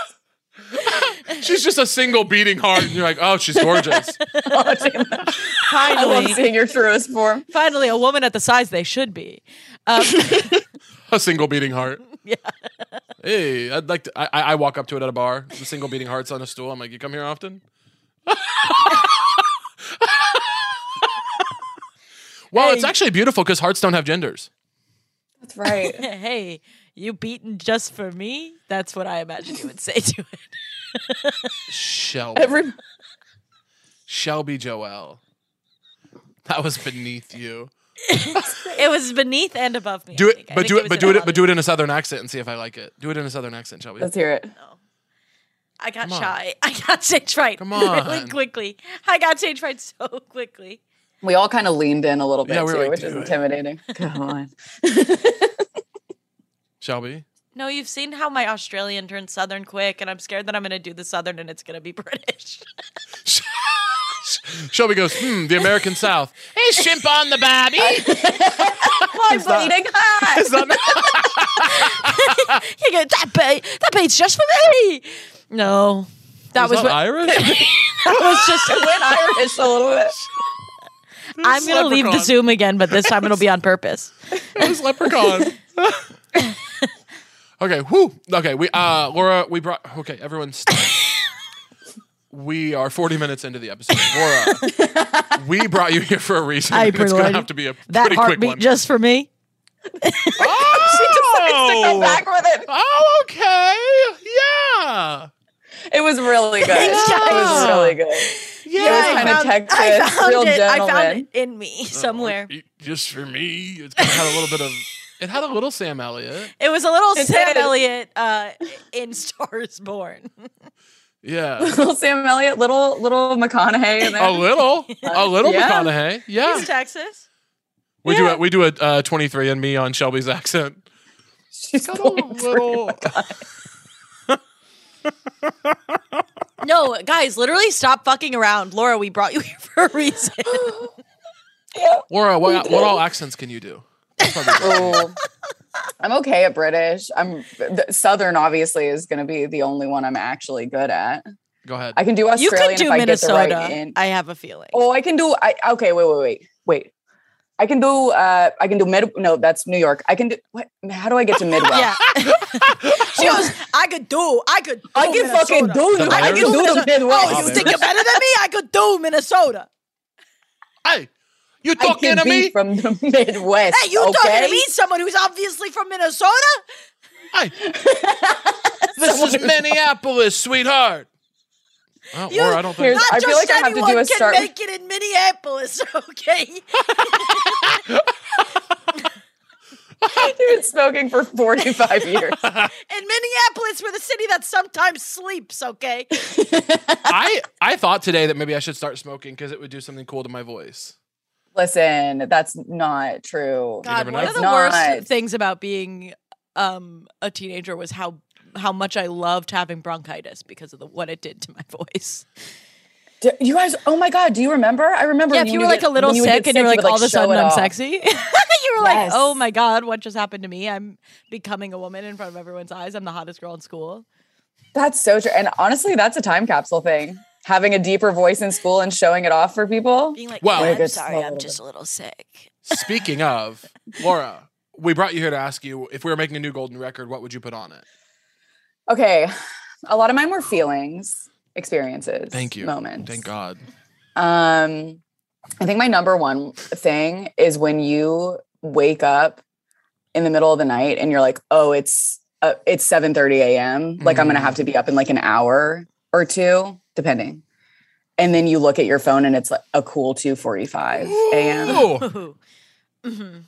[SPEAKER 1] She's just a single beating heart, and you're like, oh, she's gorgeous.
[SPEAKER 3] I love
[SPEAKER 2] finally,
[SPEAKER 3] seeing your truest form.
[SPEAKER 2] finally, a woman at the size they should be. Um,
[SPEAKER 1] a single beating heart. Yeah. Hey, I'd like to. I, I I walk up to it at a bar. The single beating heart's on a stool. I'm like, you come here often? well, it's
[SPEAKER 2] Hey.
[SPEAKER 1] actually beautiful because hearts don't have genders.
[SPEAKER 3] That's right.
[SPEAKER 2] hey, you beaten just for me? That's what I imagine you would say to it.
[SPEAKER 1] Shelby.
[SPEAKER 3] Every
[SPEAKER 1] Shelby Joel. That was beneath you.
[SPEAKER 2] It was beneath and above me. I
[SPEAKER 1] Do it,
[SPEAKER 2] think. I
[SPEAKER 1] but
[SPEAKER 2] think
[SPEAKER 1] do it,
[SPEAKER 2] was
[SPEAKER 1] but
[SPEAKER 2] in
[SPEAKER 1] do it,
[SPEAKER 2] above
[SPEAKER 1] but do it in a southern accent and see if I like it. Do it in a southern accent, Shelby.
[SPEAKER 3] let's hear it.
[SPEAKER 2] I got
[SPEAKER 1] Come on.
[SPEAKER 2] shy. I got stage fright.
[SPEAKER 1] Come
[SPEAKER 2] Really
[SPEAKER 1] on.
[SPEAKER 2] quickly. I got stage fright so quickly.
[SPEAKER 3] We all kind of leaned in a little bit
[SPEAKER 1] Yeah, we were
[SPEAKER 3] too,
[SPEAKER 1] like,
[SPEAKER 3] which
[SPEAKER 1] "Do
[SPEAKER 3] is
[SPEAKER 1] it."
[SPEAKER 3] intimidating. Come on.
[SPEAKER 1] Shelby.
[SPEAKER 2] No, you've seen how my Australian turned Southern quick, and I'm scared that I'm going to do the Southern and it's going to be British.
[SPEAKER 1] Shelby goes, hmm, the American South. Hey, shrimp on the bobby.
[SPEAKER 2] I'm bleeding hot.
[SPEAKER 1] Is that-
[SPEAKER 2] You go, that bait, that bait's just for me. No, that was
[SPEAKER 1] Is
[SPEAKER 2] what,
[SPEAKER 1] Irish?
[SPEAKER 2] that was just.
[SPEAKER 3] Went Irish a little bit.
[SPEAKER 2] I'm going to leave the
[SPEAKER 1] leprechaun.
[SPEAKER 2] Zoom again, but this time it'll be on purpose.
[SPEAKER 1] It was Leprechaun. okay, whoo. Okay, we uh Laura, we brought okay, everyone stop. we are 40 minutes into the episode. Laura, we brought you here for a reason.
[SPEAKER 2] I
[SPEAKER 1] it's gonna
[SPEAKER 2] realized
[SPEAKER 1] have to be a
[SPEAKER 2] That
[SPEAKER 1] pretty quick
[SPEAKER 2] heartbeat
[SPEAKER 1] one.
[SPEAKER 2] just for me.
[SPEAKER 3] She decides to come back with it.
[SPEAKER 1] Oh, okay. Yeah.
[SPEAKER 3] It was really good. It was really good.
[SPEAKER 1] Yeah.
[SPEAKER 3] kind of Texas,
[SPEAKER 2] I found
[SPEAKER 3] real
[SPEAKER 2] it. I found
[SPEAKER 3] gentleman.
[SPEAKER 2] it in me somewhere.
[SPEAKER 1] Y- Just for me. It's kinda had a little bit of it had a little Sam Elliott.
[SPEAKER 2] It was a little
[SPEAKER 3] It
[SPEAKER 2] Sam
[SPEAKER 3] did.
[SPEAKER 2] Elliott uh, in Stars Born.
[SPEAKER 1] Yeah.
[SPEAKER 3] Little Sam Elliott, little little McConaughey in there.
[SPEAKER 1] A little, a little
[SPEAKER 3] Yeah.
[SPEAKER 1] McConaughey. Yeah,
[SPEAKER 2] He's Texas.
[SPEAKER 1] we do a we do a uh, twenty three and me on Shelby's accent.
[SPEAKER 3] She's
[SPEAKER 1] got a
[SPEAKER 3] going through
[SPEAKER 1] little.
[SPEAKER 2] No, guys, literally stop fucking around. Laura, we brought you here for a reason.
[SPEAKER 1] Laura, what, what all accents can you do? That's probably good.
[SPEAKER 3] Oh. I'm okay at British. I'm th- Southern. Obviously, is going to be the only one I'm actually good at.
[SPEAKER 1] Go ahead.
[SPEAKER 3] I can do
[SPEAKER 2] you
[SPEAKER 3] Australian
[SPEAKER 2] could do
[SPEAKER 3] if I get
[SPEAKER 2] Minnesota.
[SPEAKER 3] the right in.
[SPEAKER 2] I have a feeling.
[SPEAKER 3] oh, I can do. I okay. Wait, wait, wait, wait. I can do. Uh, I can do mid. No, that's New York. I can do. What? How do I get to Midwest?
[SPEAKER 2] Yeah. she goes, I could do, I could do
[SPEAKER 3] I can fucking do.
[SPEAKER 2] Minnesota.
[SPEAKER 3] you. I
[SPEAKER 1] Hilarious.
[SPEAKER 3] can do the
[SPEAKER 2] Oh,
[SPEAKER 3] Midwest.
[SPEAKER 2] you
[SPEAKER 1] Hilarious.
[SPEAKER 2] think you're better than me? I could do Minnesota.
[SPEAKER 1] hey, you
[SPEAKER 3] I
[SPEAKER 1] talking
[SPEAKER 3] can
[SPEAKER 1] to
[SPEAKER 3] be
[SPEAKER 1] me?
[SPEAKER 3] from the Midwest.
[SPEAKER 2] Hey, you
[SPEAKER 3] okay?
[SPEAKER 2] talking to me, someone who's obviously from Minnesota?
[SPEAKER 1] Hey, this is Minneapolis, sweetheart. Oh,
[SPEAKER 2] You-
[SPEAKER 1] Laura, I don't think.
[SPEAKER 3] Here's-
[SPEAKER 2] Not
[SPEAKER 3] I
[SPEAKER 2] just
[SPEAKER 3] feel like I have to do
[SPEAKER 2] anyone
[SPEAKER 3] a
[SPEAKER 2] can
[SPEAKER 3] start-
[SPEAKER 2] make it in Minneapolis, okay?
[SPEAKER 3] You've been smoking for 45 years.
[SPEAKER 2] In Minneapolis, we're the city that sometimes sleeps, okay?
[SPEAKER 1] I I thought today that maybe I should start smoking because it would do something cool to my voice.
[SPEAKER 3] Listen, that's not true.
[SPEAKER 2] God,
[SPEAKER 1] never
[SPEAKER 2] one
[SPEAKER 1] know.
[SPEAKER 2] of the
[SPEAKER 3] Not-
[SPEAKER 2] worst things about being um, a teenager was how how much I loved having bronchitis because of the what it did to my voice.
[SPEAKER 3] D- You guys, oh my God, do you remember? I remember.
[SPEAKER 2] Yeah,
[SPEAKER 3] when
[SPEAKER 2] if you
[SPEAKER 3] would
[SPEAKER 2] were like
[SPEAKER 3] get-
[SPEAKER 2] a little
[SPEAKER 3] when you
[SPEAKER 2] sick,
[SPEAKER 3] would get
[SPEAKER 2] and you were
[SPEAKER 3] you
[SPEAKER 2] like,
[SPEAKER 3] would,
[SPEAKER 2] all of a
[SPEAKER 3] show
[SPEAKER 2] sudden
[SPEAKER 3] it
[SPEAKER 2] I'm
[SPEAKER 3] off.
[SPEAKER 2] sexy. you were like,
[SPEAKER 3] Yes.
[SPEAKER 2] oh my god, what just happened to me? I'm becoming a woman in front of everyone's eyes. I'm the hottest girl in school.
[SPEAKER 3] That's so true. And honestly, that's a time capsule thing. Having a deeper voice in school and showing it off for people. Oh,
[SPEAKER 2] Being like,
[SPEAKER 1] Wow.
[SPEAKER 2] "Yeah,
[SPEAKER 3] Like,
[SPEAKER 2] I'm
[SPEAKER 3] it's
[SPEAKER 2] sorry,
[SPEAKER 3] all
[SPEAKER 2] I'm
[SPEAKER 3] over.
[SPEAKER 2] just a little sick.
[SPEAKER 1] Speaking of, Laura, we brought you here to ask you if we were making a new golden record, what would you put on it?
[SPEAKER 3] Okay, a lot of mine were feelings, experiences.
[SPEAKER 1] Thank you.
[SPEAKER 3] Moments.
[SPEAKER 1] Thank God.
[SPEAKER 3] Um, I think my number one thing is when you wake up in the middle of the night and you're like, oh, it's uh, it's seven thirty a.m. Like I'm gonna have to be up in like an hour or two, depending. And then you look at your phone and it's like a cool two forty five a.m.
[SPEAKER 1] Ooh,
[SPEAKER 2] Ooh. Mhm.
[SPEAKER 1] ooh.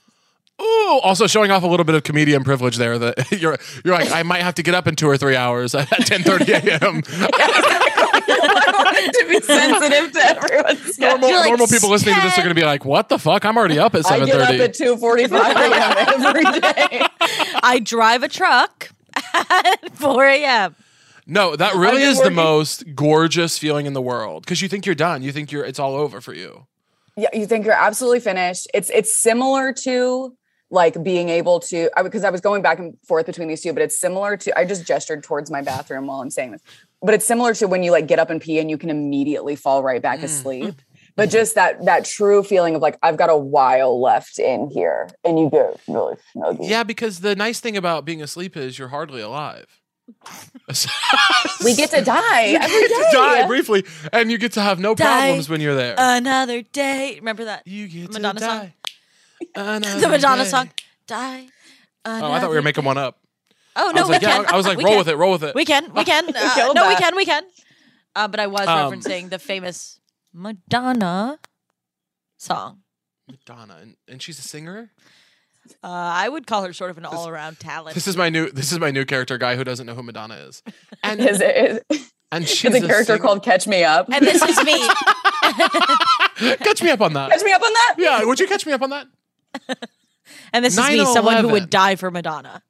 [SPEAKER 1] Ooh, also showing off a little bit of comedian privilege there. That you're you're like, I might have to get up in two or three hours at 10:30 a.m.
[SPEAKER 3] to be sensitive to everyone's
[SPEAKER 1] normal,
[SPEAKER 2] You're like,
[SPEAKER 1] normal people listening to this are going to be like, "What the fuck? I'm already up at
[SPEAKER 3] I get up
[SPEAKER 1] 7:30."
[SPEAKER 3] at 2:45 a.m. every day.
[SPEAKER 2] I drive a truck at 4 a.m.
[SPEAKER 1] no, that really
[SPEAKER 3] been
[SPEAKER 1] is the
[SPEAKER 3] working-
[SPEAKER 1] most gorgeous feeling in the world because you think you're done. You think you're it's all over for you.
[SPEAKER 3] yeah, you think you're absolutely finished. It's it's similar to like being able to I because I was going back and forth between these two, but it's similar to I just gestured towards my bathroom while I'm saying this. But it's similar to when you like get up and pee and you can immediately fall right back asleep. But just that that true feeling of like I've got a while left in here, and you get really snuggy.
[SPEAKER 1] Yeah, because the nice thing about being asleep is you're hardly alive.
[SPEAKER 3] we get to die every
[SPEAKER 1] You
[SPEAKER 3] day.
[SPEAKER 1] get to die briefly, and you get to have no
[SPEAKER 2] Die.
[SPEAKER 1] problems when you're there.
[SPEAKER 2] Another day. Remember that?
[SPEAKER 1] you get
[SPEAKER 2] Madonna
[SPEAKER 1] to
[SPEAKER 2] song?
[SPEAKER 1] die. Another
[SPEAKER 2] The Madonna
[SPEAKER 1] day.
[SPEAKER 2] song. Die.
[SPEAKER 1] Oh, I thought we were making one up.
[SPEAKER 2] Oh,
[SPEAKER 1] I
[SPEAKER 2] no,
[SPEAKER 1] was
[SPEAKER 2] we
[SPEAKER 1] like,
[SPEAKER 2] can.
[SPEAKER 1] yeah, I was like,
[SPEAKER 2] We
[SPEAKER 1] roll
[SPEAKER 2] can.
[SPEAKER 1] with it, roll with it.
[SPEAKER 2] We can. We can. Uh,
[SPEAKER 3] Kill
[SPEAKER 2] no, we
[SPEAKER 3] that.
[SPEAKER 2] can. We can. Uh, but I was
[SPEAKER 1] Um,
[SPEAKER 2] referencing the famous Madonna song.
[SPEAKER 1] Madonna, and, and she's a singer.
[SPEAKER 2] Uh, I would call her sort of an all-around talent.
[SPEAKER 1] This is my new. This is my new character guy who doesn't know who Madonna is, and
[SPEAKER 3] Is it is,
[SPEAKER 1] and she's
[SPEAKER 3] is a character
[SPEAKER 1] singer.
[SPEAKER 3] called Catch Me Up?
[SPEAKER 2] and this is me.
[SPEAKER 1] catch me up on that.
[SPEAKER 3] Catch Me Up on that?
[SPEAKER 1] Yeah, would you catch me up on that?
[SPEAKER 2] And this is me, someone who
[SPEAKER 1] 9/11.
[SPEAKER 2] would die for Madonna.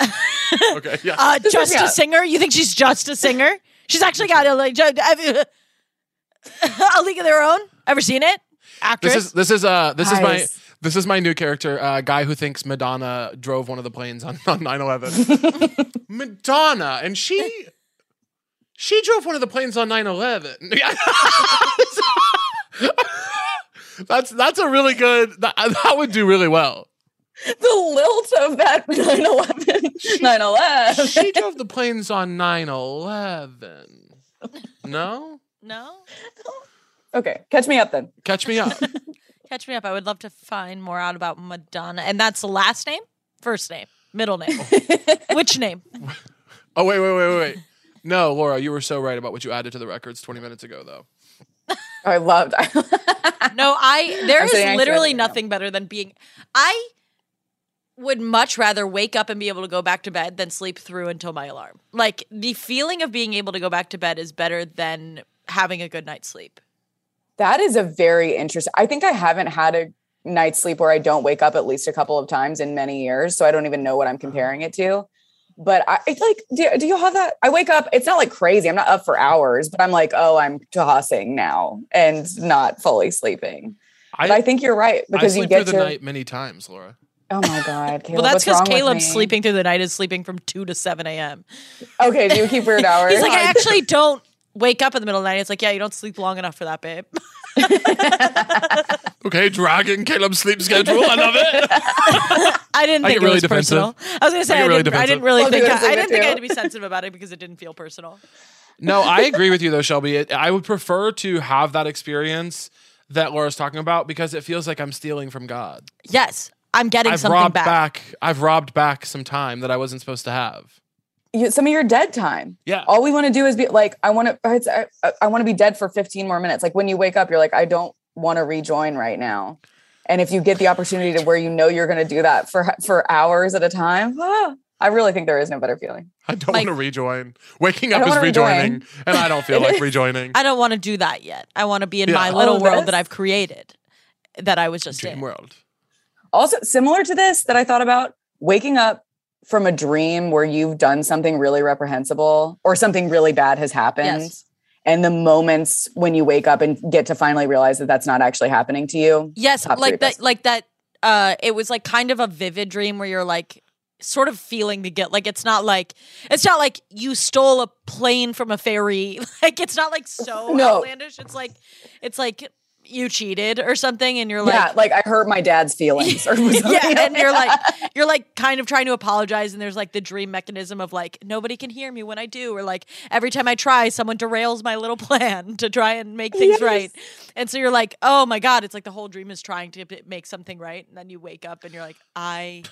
[SPEAKER 1] Okay, yeah.
[SPEAKER 2] Uh, just
[SPEAKER 3] yeah.
[SPEAKER 2] a singer? You think she's just a singer? She's actually got a like ju- a a league of their own. Ever seen it? Actress.
[SPEAKER 1] this is this is uh this is my
[SPEAKER 3] Guys.
[SPEAKER 1] this is my new character, uh, guy who thinks Madonna drove one of the planes on on nine eleven. Madonna, and she she drove one of the planes on 9-11. that's that's a really good. That, that would do really well.
[SPEAKER 3] The lilt of that 9/11, 9/11.
[SPEAKER 1] She drove the planes on 9-11. No,
[SPEAKER 2] no.
[SPEAKER 3] Okay, Catch Me Up then.
[SPEAKER 1] catch me up.
[SPEAKER 2] Catch me up. I would love to find more out about Madonna. And that's the last name, first name, middle name. Which name?
[SPEAKER 1] Oh wait, wait, wait, wait, wait. No, Laura, you were so right about what you added to the records 20 minutes ago, though.
[SPEAKER 3] I loved.
[SPEAKER 2] No, I there
[SPEAKER 3] I'm
[SPEAKER 2] is
[SPEAKER 3] saying I
[SPEAKER 2] literally
[SPEAKER 3] said it, yeah.
[SPEAKER 2] nothing better than being I would much rather wake up and be able to go back to bed than sleep through until my alarm. Like the feeling of being able to go back to bed is better than having a good night's sleep.
[SPEAKER 3] that is a very interesting. I think I haven't had a night's sleep where I don't wake up at least a couple of times in many years, so I don't even know what I'm comparing it to. But I it's like, do, do you have that? I wake up. It's not like crazy. I'm not up for hours, but I'm like, oh, I'm tossing now and not fully sleeping. But I, think you're
[SPEAKER 1] I
[SPEAKER 3] right because
[SPEAKER 1] sleep
[SPEAKER 3] you get
[SPEAKER 1] through
[SPEAKER 3] to.
[SPEAKER 1] the night many times, Laura.
[SPEAKER 3] Oh my god, Caleb,
[SPEAKER 2] well, that's
[SPEAKER 3] because
[SPEAKER 2] because Caleb's sleeping through the night is sleeping from two to seven a.m.
[SPEAKER 3] Okay, do you keep weird hours?
[SPEAKER 2] He's like, I actually don't wake up in the middle of the night. It's like, yeah, you don't sleep long enough for that, babe.
[SPEAKER 1] Okay, dragging Caleb's sleep schedule. I love it.
[SPEAKER 2] I didn't
[SPEAKER 1] I
[SPEAKER 2] think
[SPEAKER 1] get really
[SPEAKER 2] it was
[SPEAKER 1] defensive.
[SPEAKER 2] personal. I was gonna say
[SPEAKER 1] get
[SPEAKER 2] I,
[SPEAKER 1] really
[SPEAKER 2] didn't, I
[SPEAKER 1] defensive.
[SPEAKER 2] didn't really
[SPEAKER 3] I'll do
[SPEAKER 2] think
[SPEAKER 3] it
[SPEAKER 2] I,
[SPEAKER 3] to
[SPEAKER 2] I
[SPEAKER 3] you
[SPEAKER 2] didn't think I
[SPEAKER 3] too.
[SPEAKER 2] had to be sensitive about it because it didn't feel personal.
[SPEAKER 1] No, I agree with you though, Shelby. It, I would prefer to have that experience that Laura's talking about because it feels like I'm stealing from God.
[SPEAKER 2] Yes, I'm getting
[SPEAKER 1] I've
[SPEAKER 2] something
[SPEAKER 1] robbed
[SPEAKER 2] back.
[SPEAKER 1] back. I've robbed back some time that I wasn't supposed to have.
[SPEAKER 3] you, some of your dead time.
[SPEAKER 1] Yeah.
[SPEAKER 3] All we want to do is be like, I want to, I, I want to be dead for 15 more minutes. Like when you wake up, you're like, I don't want to rejoin right now. And if you get the opportunity to where you know you're going to do that for for hours at a time, ah, I really think there is no better feeling.
[SPEAKER 1] I don't
[SPEAKER 2] Like-
[SPEAKER 1] want to rejoin. Waking
[SPEAKER 3] I
[SPEAKER 1] up
[SPEAKER 3] don't
[SPEAKER 1] is
[SPEAKER 3] wanna
[SPEAKER 1] rejoining,
[SPEAKER 3] rejoin.
[SPEAKER 1] and I don't feel like rejoining.
[SPEAKER 2] I don't want to do that yet. I want to be in
[SPEAKER 1] Yeah.
[SPEAKER 2] my little
[SPEAKER 3] Oh,
[SPEAKER 2] world
[SPEAKER 3] this?
[SPEAKER 2] that I've created that I was just
[SPEAKER 1] Dream
[SPEAKER 2] in.
[SPEAKER 1] world.
[SPEAKER 3] Also, similar to this that I thought about waking up from a dream where you've done something really reprehensible or something really bad has happened.
[SPEAKER 2] Yes.
[SPEAKER 3] And the moments when you wake up and get to finally realize that that's not actually happening to you.
[SPEAKER 2] Yes,
[SPEAKER 3] Top three
[SPEAKER 2] like that
[SPEAKER 3] best.
[SPEAKER 2] like that uh it was like kind of a vivid dream where you're like sort of feeling the guilt. Like it's not like it's not like you stole a plane from a ferry. Like it's not like so
[SPEAKER 3] No.
[SPEAKER 2] outlandish. It's like it's like you cheated or something and you're like
[SPEAKER 3] yeah, like I hurt my dad's feelings. Or something.
[SPEAKER 2] yeah, and you're like you're like kind of trying to apologize, and there's like the dream mechanism of like nobody can hear me when I do, or like every time I try, someone derails my little plan to try and make things
[SPEAKER 3] Yes.
[SPEAKER 2] right, and so you're like, oh my god, it's like the whole dream is trying to b- make something right, and then you wake up and you're like, I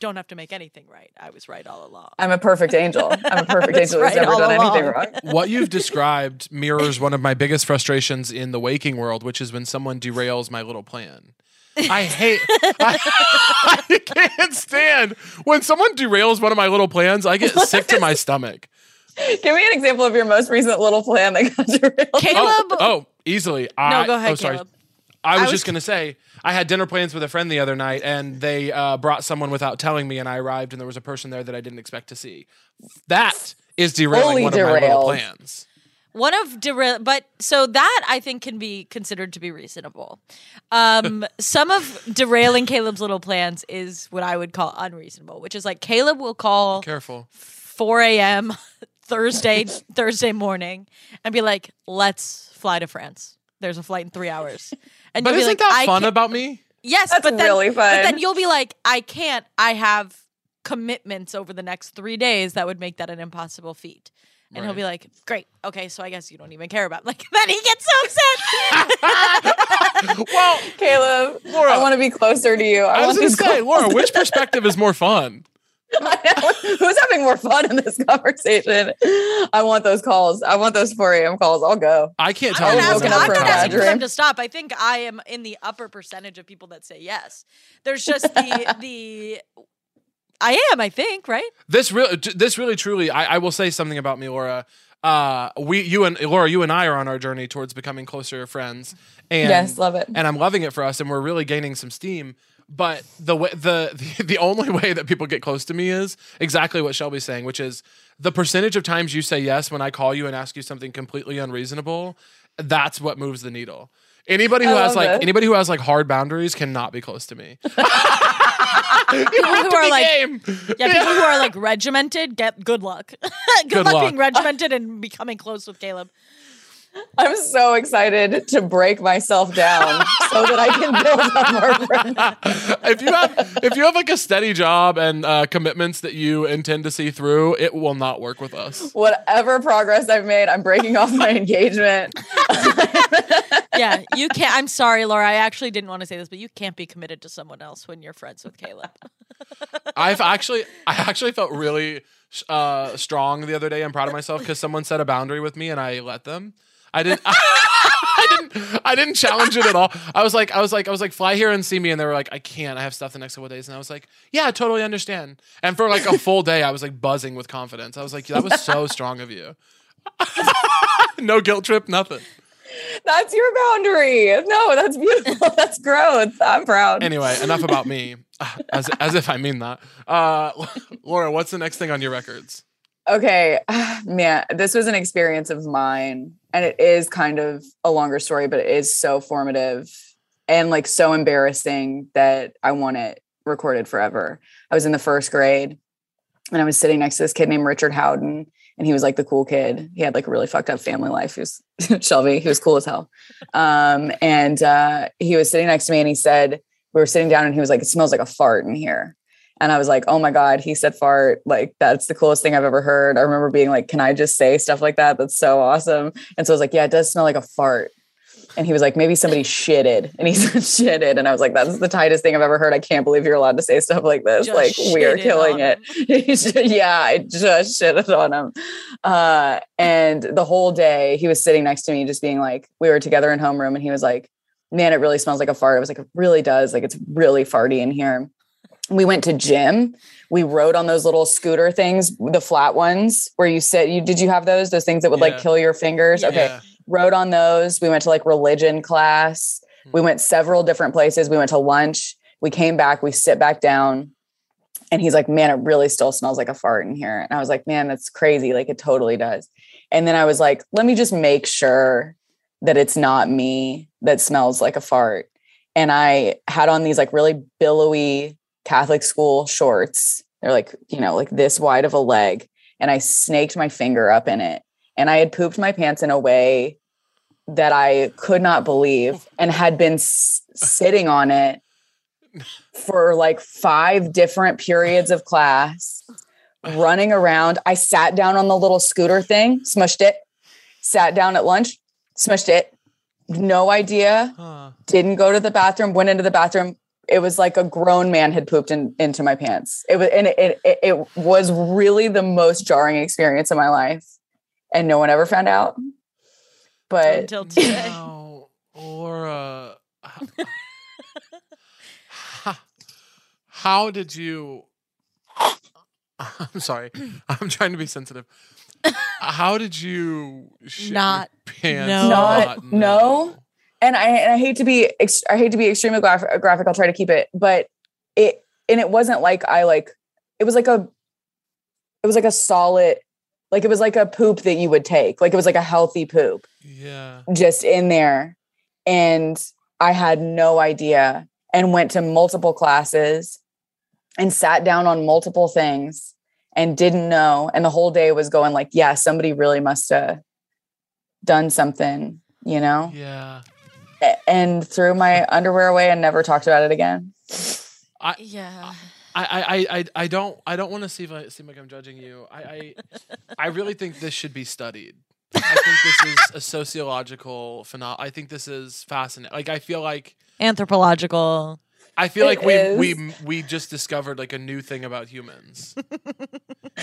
[SPEAKER 2] don't have to make anything right. I was right all along.
[SPEAKER 3] I'm a perfect angel. I'm a perfect angel
[SPEAKER 2] right
[SPEAKER 3] who's never
[SPEAKER 2] all
[SPEAKER 3] done
[SPEAKER 2] along.
[SPEAKER 3] anything wrong.
[SPEAKER 1] what you've described mirrors one of my biggest frustrations in the waking world, which is when someone derails my little plan. I hate. I, I can't stand when someone derails one of my little plans. I get sick to my stomach.
[SPEAKER 3] Give me an example of your most recent little plan that got derailed.
[SPEAKER 2] Caleb.
[SPEAKER 1] Oh, oh, easily.
[SPEAKER 2] no,
[SPEAKER 1] I,
[SPEAKER 2] go ahead,
[SPEAKER 1] oh, sorry.
[SPEAKER 2] Caleb.
[SPEAKER 1] I was,
[SPEAKER 2] was-
[SPEAKER 1] just gonna say I had dinner plans with a friend the other night, and they uh, brought someone without telling me, and I arrived, and there was a person there that I didn't expect to see. That is derailing
[SPEAKER 3] Fully
[SPEAKER 1] one of my little
[SPEAKER 3] derailed.
[SPEAKER 1] plans.
[SPEAKER 2] One of derail, but so that I think can be considered to be reasonable. Um, some of derailing Caleb's little plans is what I would call unreasonable, which is like Caleb will call
[SPEAKER 1] Careful.
[SPEAKER 2] 4 a.m. Thursday Thursday morning and be like, "Let's fly to France. There's a flight in three hours." And
[SPEAKER 1] But
[SPEAKER 2] you'll be
[SPEAKER 1] isn't
[SPEAKER 2] like,
[SPEAKER 1] that
[SPEAKER 2] "I
[SPEAKER 1] fun
[SPEAKER 2] can't-
[SPEAKER 1] about me?
[SPEAKER 2] Yes,
[SPEAKER 3] That's
[SPEAKER 2] but then,
[SPEAKER 3] really
[SPEAKER 2] But then
[SPEAKER 3] fun.
[SPEAKER 2] you'll be like, I can't. I have commitments over the next three days that would make that an impossible feat. And he'll
[SPEAKER 1] Right.
[SPEAKER 2] be like, "Great, okay, so I guess you don't even care about." Like then he gets so upset.
[SPEAKER 1] Well,
[SPEAKER 3] Caleb,
[SPEAKER 1] Laura.
[SPEAKER 3] I want to be closer to you. I,
[SPEAKER 1] I was
[SPEAKER 3] want
[SPEAKER 1] gonna
[SPEAKER 3] to
[SPEAKER 1] say, Laura, which perspective is more fun?
[SPEAKER 3] Who's having more fun in this conversation? I want those calls. I want those 4 a.m. calls. I'll go.
[SPEAKER 1] I can't tell
[SPEAKER 2] I'm
[SPEAKER 1] you.
[SPEAKER 2] not
[SPEAKER 3] was
[SPEAKER 1] one
[SPEAKER 2] asking,
[SPEAKER 1] of
[SPEAKER 3] gonna
[SPEAKER 1] my
[SPEAKER 2] I'm
[SPEAKER 3] offer
[SPEAKER 2] not
[SPEAKER 3] that.
[SPEAKER 1] times.
[SPEAKER 2] asking for them
[SPEAKER 3] Mandarin.
[SPEAKER 2] to stop. I think I am in the upper percentage of people that say yes. There's just the the I am. I think right.
[SPEAKER 1] this really this really truly I, I will say something about me laura uh we you and laura you and i are on our journey towards becoming closer friends and
[SPEAKER 3] Yes, love it.
[SPEAKER 1] and i'm loving it for us and we're really gaining some steam but the way the, the the only way that people get close to me is exactly what shelby's saying which is the percentage of times you say yes when i call you and ask you something completely unreasonable that's what moves the needle anybody who
[SPEAKER 3] I
[SPEAKER 1] has
[SPEAKER 3] love
[SPEAKER 1] like
[SPEAKER 3] this.
[SPEAKER 1] anybody who has like hard boundaries cannot be close to me
[SPEAKER 2] People who are like
[SPEAKER 1] Game.
[SPEAKER 2] Yeah, people who are like regimented get good luck. good, luck,
[SPEAKER 1] luck.
[SPEAKER 2] being regimented and becoming close with Caleb.
[SPEAKER 3] I'm so excited to break myself down so that I can build up more friends.
[SPEAKER 1] if you have if you have like a steady job and uh, commitments that you intend to see through, it will not work with us.
[SPEAKER 3] Whatever progress I've made, I'm breaking off my engagement.
[SPEAKER 2] Yeah, you can't. I'm sorry, Laura. I actually didn't want to say this, but you can't be committed to someone else when you're friends with Caleb.
[SPEAKER 1] I've actually I actually felt really uh, strong the other day. I'm proud of myself because someone set a boundary with me and I let them. I didn't. I didn't. I didn't challenge it at all. I was like, I was like, I was like, fly here and see me, and they were like, I can't. I have stuff the next couple of days, and I was like, yeah, I totally understand. And for like a full day, I was like buzzing with confidence. I was like, that was so strong of you. no guilt trip, nothing.
[SPEAKER 3] That's your boundary. No, that's beautiful. That's growth. I'm proud.
[SPEAKER 1] Anyway, enough about me. As, as if I mean that. Uh, Laura, what's the next thing on your records?
[SPEAKER 3] Okay, man, this was an experience of mine, and it is kind of a longer story, but it is so formative and like so embarrassing that I want it recorded forever. I was in the first grade, and I was sitting next to this kid named Richard Howden, and he was like the cool kid. He had like a really fucked up family life. He was Shelby. He was cool as hell, um, and uh, he was sitting next to me, and he said we were sitting down, and he was like, "It smells like a fart in here." And I was like, oh my God, he said fart. Like, that's the coolest thing I've ever heard. I remember being like, can I just say stuff like that? That's so awesome. And so I was like, yeah, it does smell like a fart. And he was like, maybe somebody shitted. And he said, shitted. And I was like, that's the tightest thing I've ever heard. I can't believe you're allowed to say stuff like this.
[SPEAKER 2] Just
[SPEAKER 3] like, we are
[SPEAKER 2] shitted
[SPEAKER 3] killing
[SPEAKER 2] on
[SPEAKER 3] it. He's just- yeah, I just shitted on him. Uh, and the whole day he was sitting next to me, just being like, we were together in homeroom and he was like, man, it really smells like a fart. I was like, it really does. Like, it's really farty in here. We went to gym. We rode on those little scooter things, the flat ones where you sit. You did you have those? Those things that would
[SPEAKER 1] Yeah.
[SPEAKER 3] like kill your fingers. Okay,
[SPEAKER 1] Yeah.
[SPEAKER 3] rode on those. We went to like religion class. We went several different places. We went to lunch. We came back. We sit back down. And he's like, man, it really still smells like a fart in here. And I was like, man, that's crazy. Like, it totally does. And then I was like, let me just make sure that it's not me that smells like a fart. And I had on these like really billowy Catholic school shorts. They're like, you know, like this wide of a leg. And I snaked my finger up in it. And I had pooped my pants in a way that I could not believe and had been s- sitting on it for like five different periods of class, running around. I sat down on the little scooter thing, smushed it, sat down at lunch, smushed it. No idea.
[SPEAKER 1] Huh.
[SPEAKER 3] Didn't go to the bathroom, went into the bathroom. It was like a grown man had pooped in, into my pants. It was, and it, it, it- it was really the most jarring experience of my life. And no one ever found out. But
[SPEAKER 2] Until today,
[SPEAKER 1] No, Laura. How did you? I'm sorry. I'm trying to be sensitive. How did you shit your
[SPEAKER 2] Not
[SPEAKER 1] pants?
[SPEAKER 2] know.
[SPEAKER 3] Not know? and I and I hate to be ex- I hate to be extremely graph- graphic. I'll try to keep it, but it and it wasn't like I like it was like a it was like a solid like it was like a poop that you would take. Like it was like a healthy poop
[SPEAKER 1] Yeah.
[SPEAKER 3] just in there and I had no idea and went to multiple classes and sat down on multiple things and didn't know and the whole day was going like yeah somebody really must have done something you know
[SPEAKER 1] Yeah.
[SPEAKER 3] a- and threw my underwear away and never talked about it again.
[SPEAKER 2] Yeah.
[SPEAKER 1] I, I, I- I, I don't I don't want to seem like, seem like I'm judging you. I, I I really think this should be studied. I think this is a sociological phenomenon. I think this is fascinating. Like I feel like
[SPEAKER 2] Anthropological.
[SPEAKER 1] I feel
[SPEAKER 3] It
[SPEAKER 1] like we, we
[SPEAKER 3] is.
[SPEAKER 1] m- we just discovered like a new thing about humans.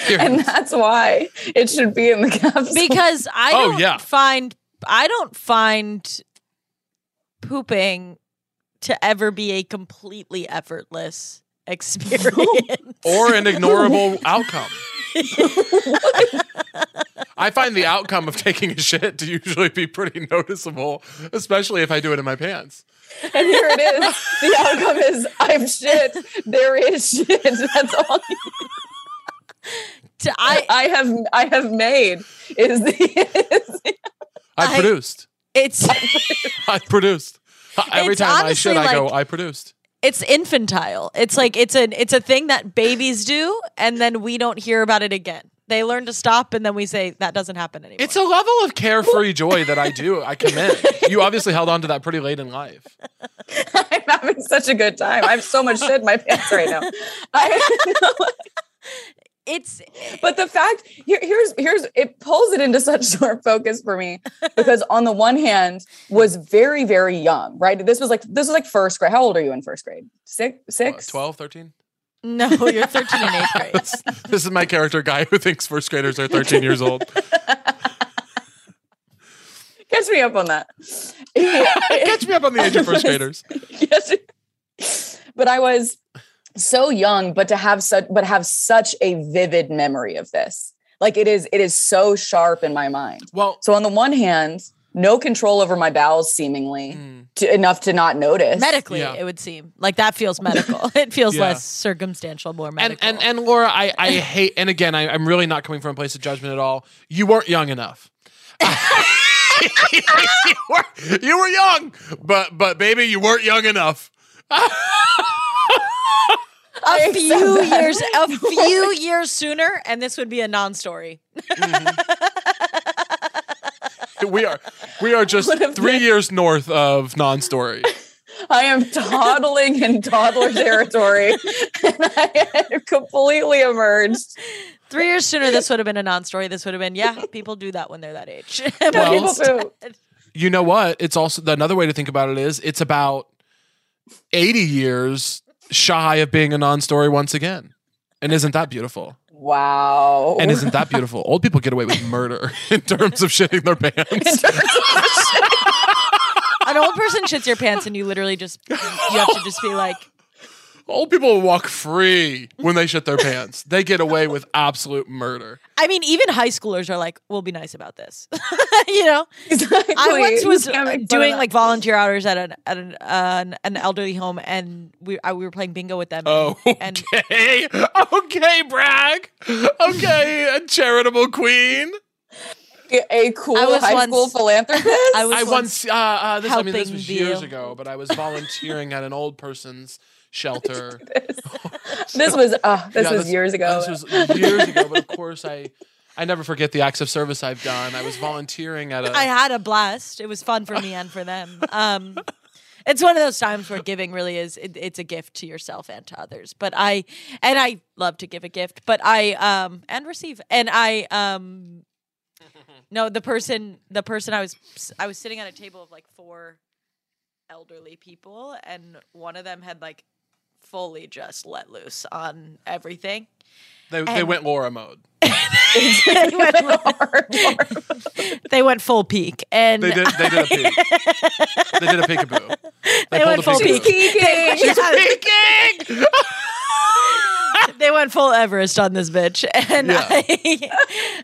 [SPEAKER 1] Here it
[SPEAKER 3] And
[SPEAKER 1] is.
[SPEAKER 3] that's why it should be in the capsule.
[SPEAKER 2] Because I
[SPEAKER 1] Oh,
[SPEAKER 2] don't
[SPEAKER 1] yeah.
[SPEAKER 2] find I don't find pooping to ever be a completely effortless experience.
[SPEAKER 1] or an ignorable outcome. I find the outcome of taking a shit to usually be pretty noticeable, especially if I do it in my pants.
[SPEAKER 3] and here it is. The outcome is I'm shit. There is shit. That's all
[SPEAKER 2] To-
[SPEAKER 3] I,
[SPEAKER 2] I
[SPEAKER 3] I have I have made is the is,
[SPEAKER 1] I,
[SPEAKER 2] I-
[SPEAKER 1] produced.
[SPEAKER 2] it's
[SPEAKER 1] I produced. Every
[SPEAKER 2] It's
[SPEAKER 1] time I shit,
[SPEAKER 2] honestly
[SPEAKER 1] I go,
[SPEAKER 2] like-
[SPEAKER 1] I produced.
[SPEAKER 2] it's infantile. It's like it's an it's a thing that babies do and then we don't hear about it again. They learn to stop and then we say that doesn't happen anymore.
[SPEAKER 1] It's a level of carefree joy that I do. I commend. You obviously held on to that pretty late in life.
[SPEAKER 3] I'm having such a good time. I have so much shit in my pants right now. I,
[SPEAKER 2] it's
[SPEAKER 3] but the fact here, here's here's it pulls it into such short focus for me because on the one hand was very very young right this was like this was like first grade how old are you in first grade six six
[SPEAKER 1] Uh, 12, 13?
[SPEAKER 2] no, you're 13 and 8th grade.
[SPEAKER 1] This, this is my character guy who thinks first graders are 13 years old.
[SPEAKER 3] catch me up on that
[SPEAKER 1] Catch me up on the age of first graders.
[SPEAKER 3] Yes. but I was so young, but to have such but have such a vivid memory of this. Like it is, it is so sharp in my mind.
[SPEAKER 1] Well,
[SPEAKER 3] So on the one hand, no control over my bowels seemingly
[SPEAKER 2] Hmm.
[SPEAKER 1] Mm.
[SPEAKER 3] to, enough to not notice.
[SPEAKER 2] Medically,
[SPEAKER 1] Yeah.
[SPEAKER 2] it would seem like that feels medical. It feels
[SPEAKER 1] Yeah.
[SPEAKER 2] less circumstantial, more
[SPEAKER 1] and,
[SPEAKER 2] medical.
[SPEAKER 1] and and Laura, I, I hate and again I, I'm really not coming from a place of judgment at all. You weren't young enough. you, were, you were young, but but baby, you weren't young enough.
[SPEAKER 2] a
[SPEAKER 3] accept
[SPEAKER 2] few
[SPEAKER 3] that.
[SPEAKER 2] years, a few years sooner, and this would be a non-story.
[SPEAKER 1] We are we are just three years north of non-story.
[SPEAKER 3] I am toddling in toddler territory. and I am completely emerged.
[SPEAKER 2] Three years sooner, this would have been a non-story. This would have been, yeah, people do that when they're that age.
[SPEAKER 1] Well-
[SPEAKER 3] People poop.
[SPEAKER 1] You know what? It's also another way to think about it is it's about 80 years shy of being a non-story once again. And isn't that beautiful?
[SPEAKER 3] Wow.
[SPEAKER 1] And isn't that beautiful? Old people get away with murder in terms of shitting their pants.
[SPEAKER 2] An old person shits your pants, and you literally just you have to just be like,
[SPEAKER 1] Old people walk free when they shit their pants. They get away with absolute murder.
[SPEAKER 2] I mean, even high schoolers are like, we'll be nice about this, you know. I once
[SPEAKER 3] Exactly.
[SPEAKER 2] was
[SPEAKER 3] You can't
[SPEAKER 2] uh,
[SPEAKER 3] make fun of
[SPEAKER 2] doing
[SPEAKER 3] that.
[SPEAKER 2] like volunteer hours at an at an, uh, an, an elderly home, and we I, we were playing bingo with them.
[SPEAKER 1] Oh,
[SPEAKER 2] and
[SPEAKER 1] okay. Okay, brag. Okay, a charitable queen.
[SPEAKER 3] a cool
[SPEAKER 2] I was
[SPEAKER 3] high
[SPEAKER 2] once-
[SPEAKER 3] school philanthropist.
[SPEAKER 2] I was
[SPEAKER 1] I
[SPEAKER 2] once,
[SPEAKER 1] once, uh, uh, this, I mean, this
[SPEAKER 2] helping
[SPEAKER 1] was
[SPEAKER 2] the
[SPEAKER 1] years
[SPEAKER 2] old-
[SPEAKER 1] ago, but I was volunteering at an old person's shelter.
[SPEAKER 3] this was uh, this
[SPEAKER 1] Yeah,
[SPEAKER 3] was years ago.
[SPEAKER 1] This was years ago, but of course, I, I never forget the acts of service I've done. I was volunteering at a.
[SPEAKER 2] I had a blast. It was fun for me and for them. Um, it's one of those times where giving really is it, it's a gift to yourself and to others. But I and I love to give a gift, but I um and receive and I um no the person the person I was I was sitting at a table of like four elderly people and one of them had like fully just let loose on everything
[SPEAKER 1] they, they went Laura mode.
[SPEAKER 2] they, went, they went full peak and
[SPEAKER 1] They did. They did a peek. they did a peekaboo. They,
[SPEAKER 2] went full
[SPEAKER 1] peekaboo.
[SPEAKER 2] peek.
[SPEAKER 3] Peeking.
[SPEAKER 2] Yeah.
[SPEAKER 1] Peeking.
[SPEAKER 2] went full Everest on this bitch, and
[SPEAKER 1] Yeah.
[SPEAKER 2] I,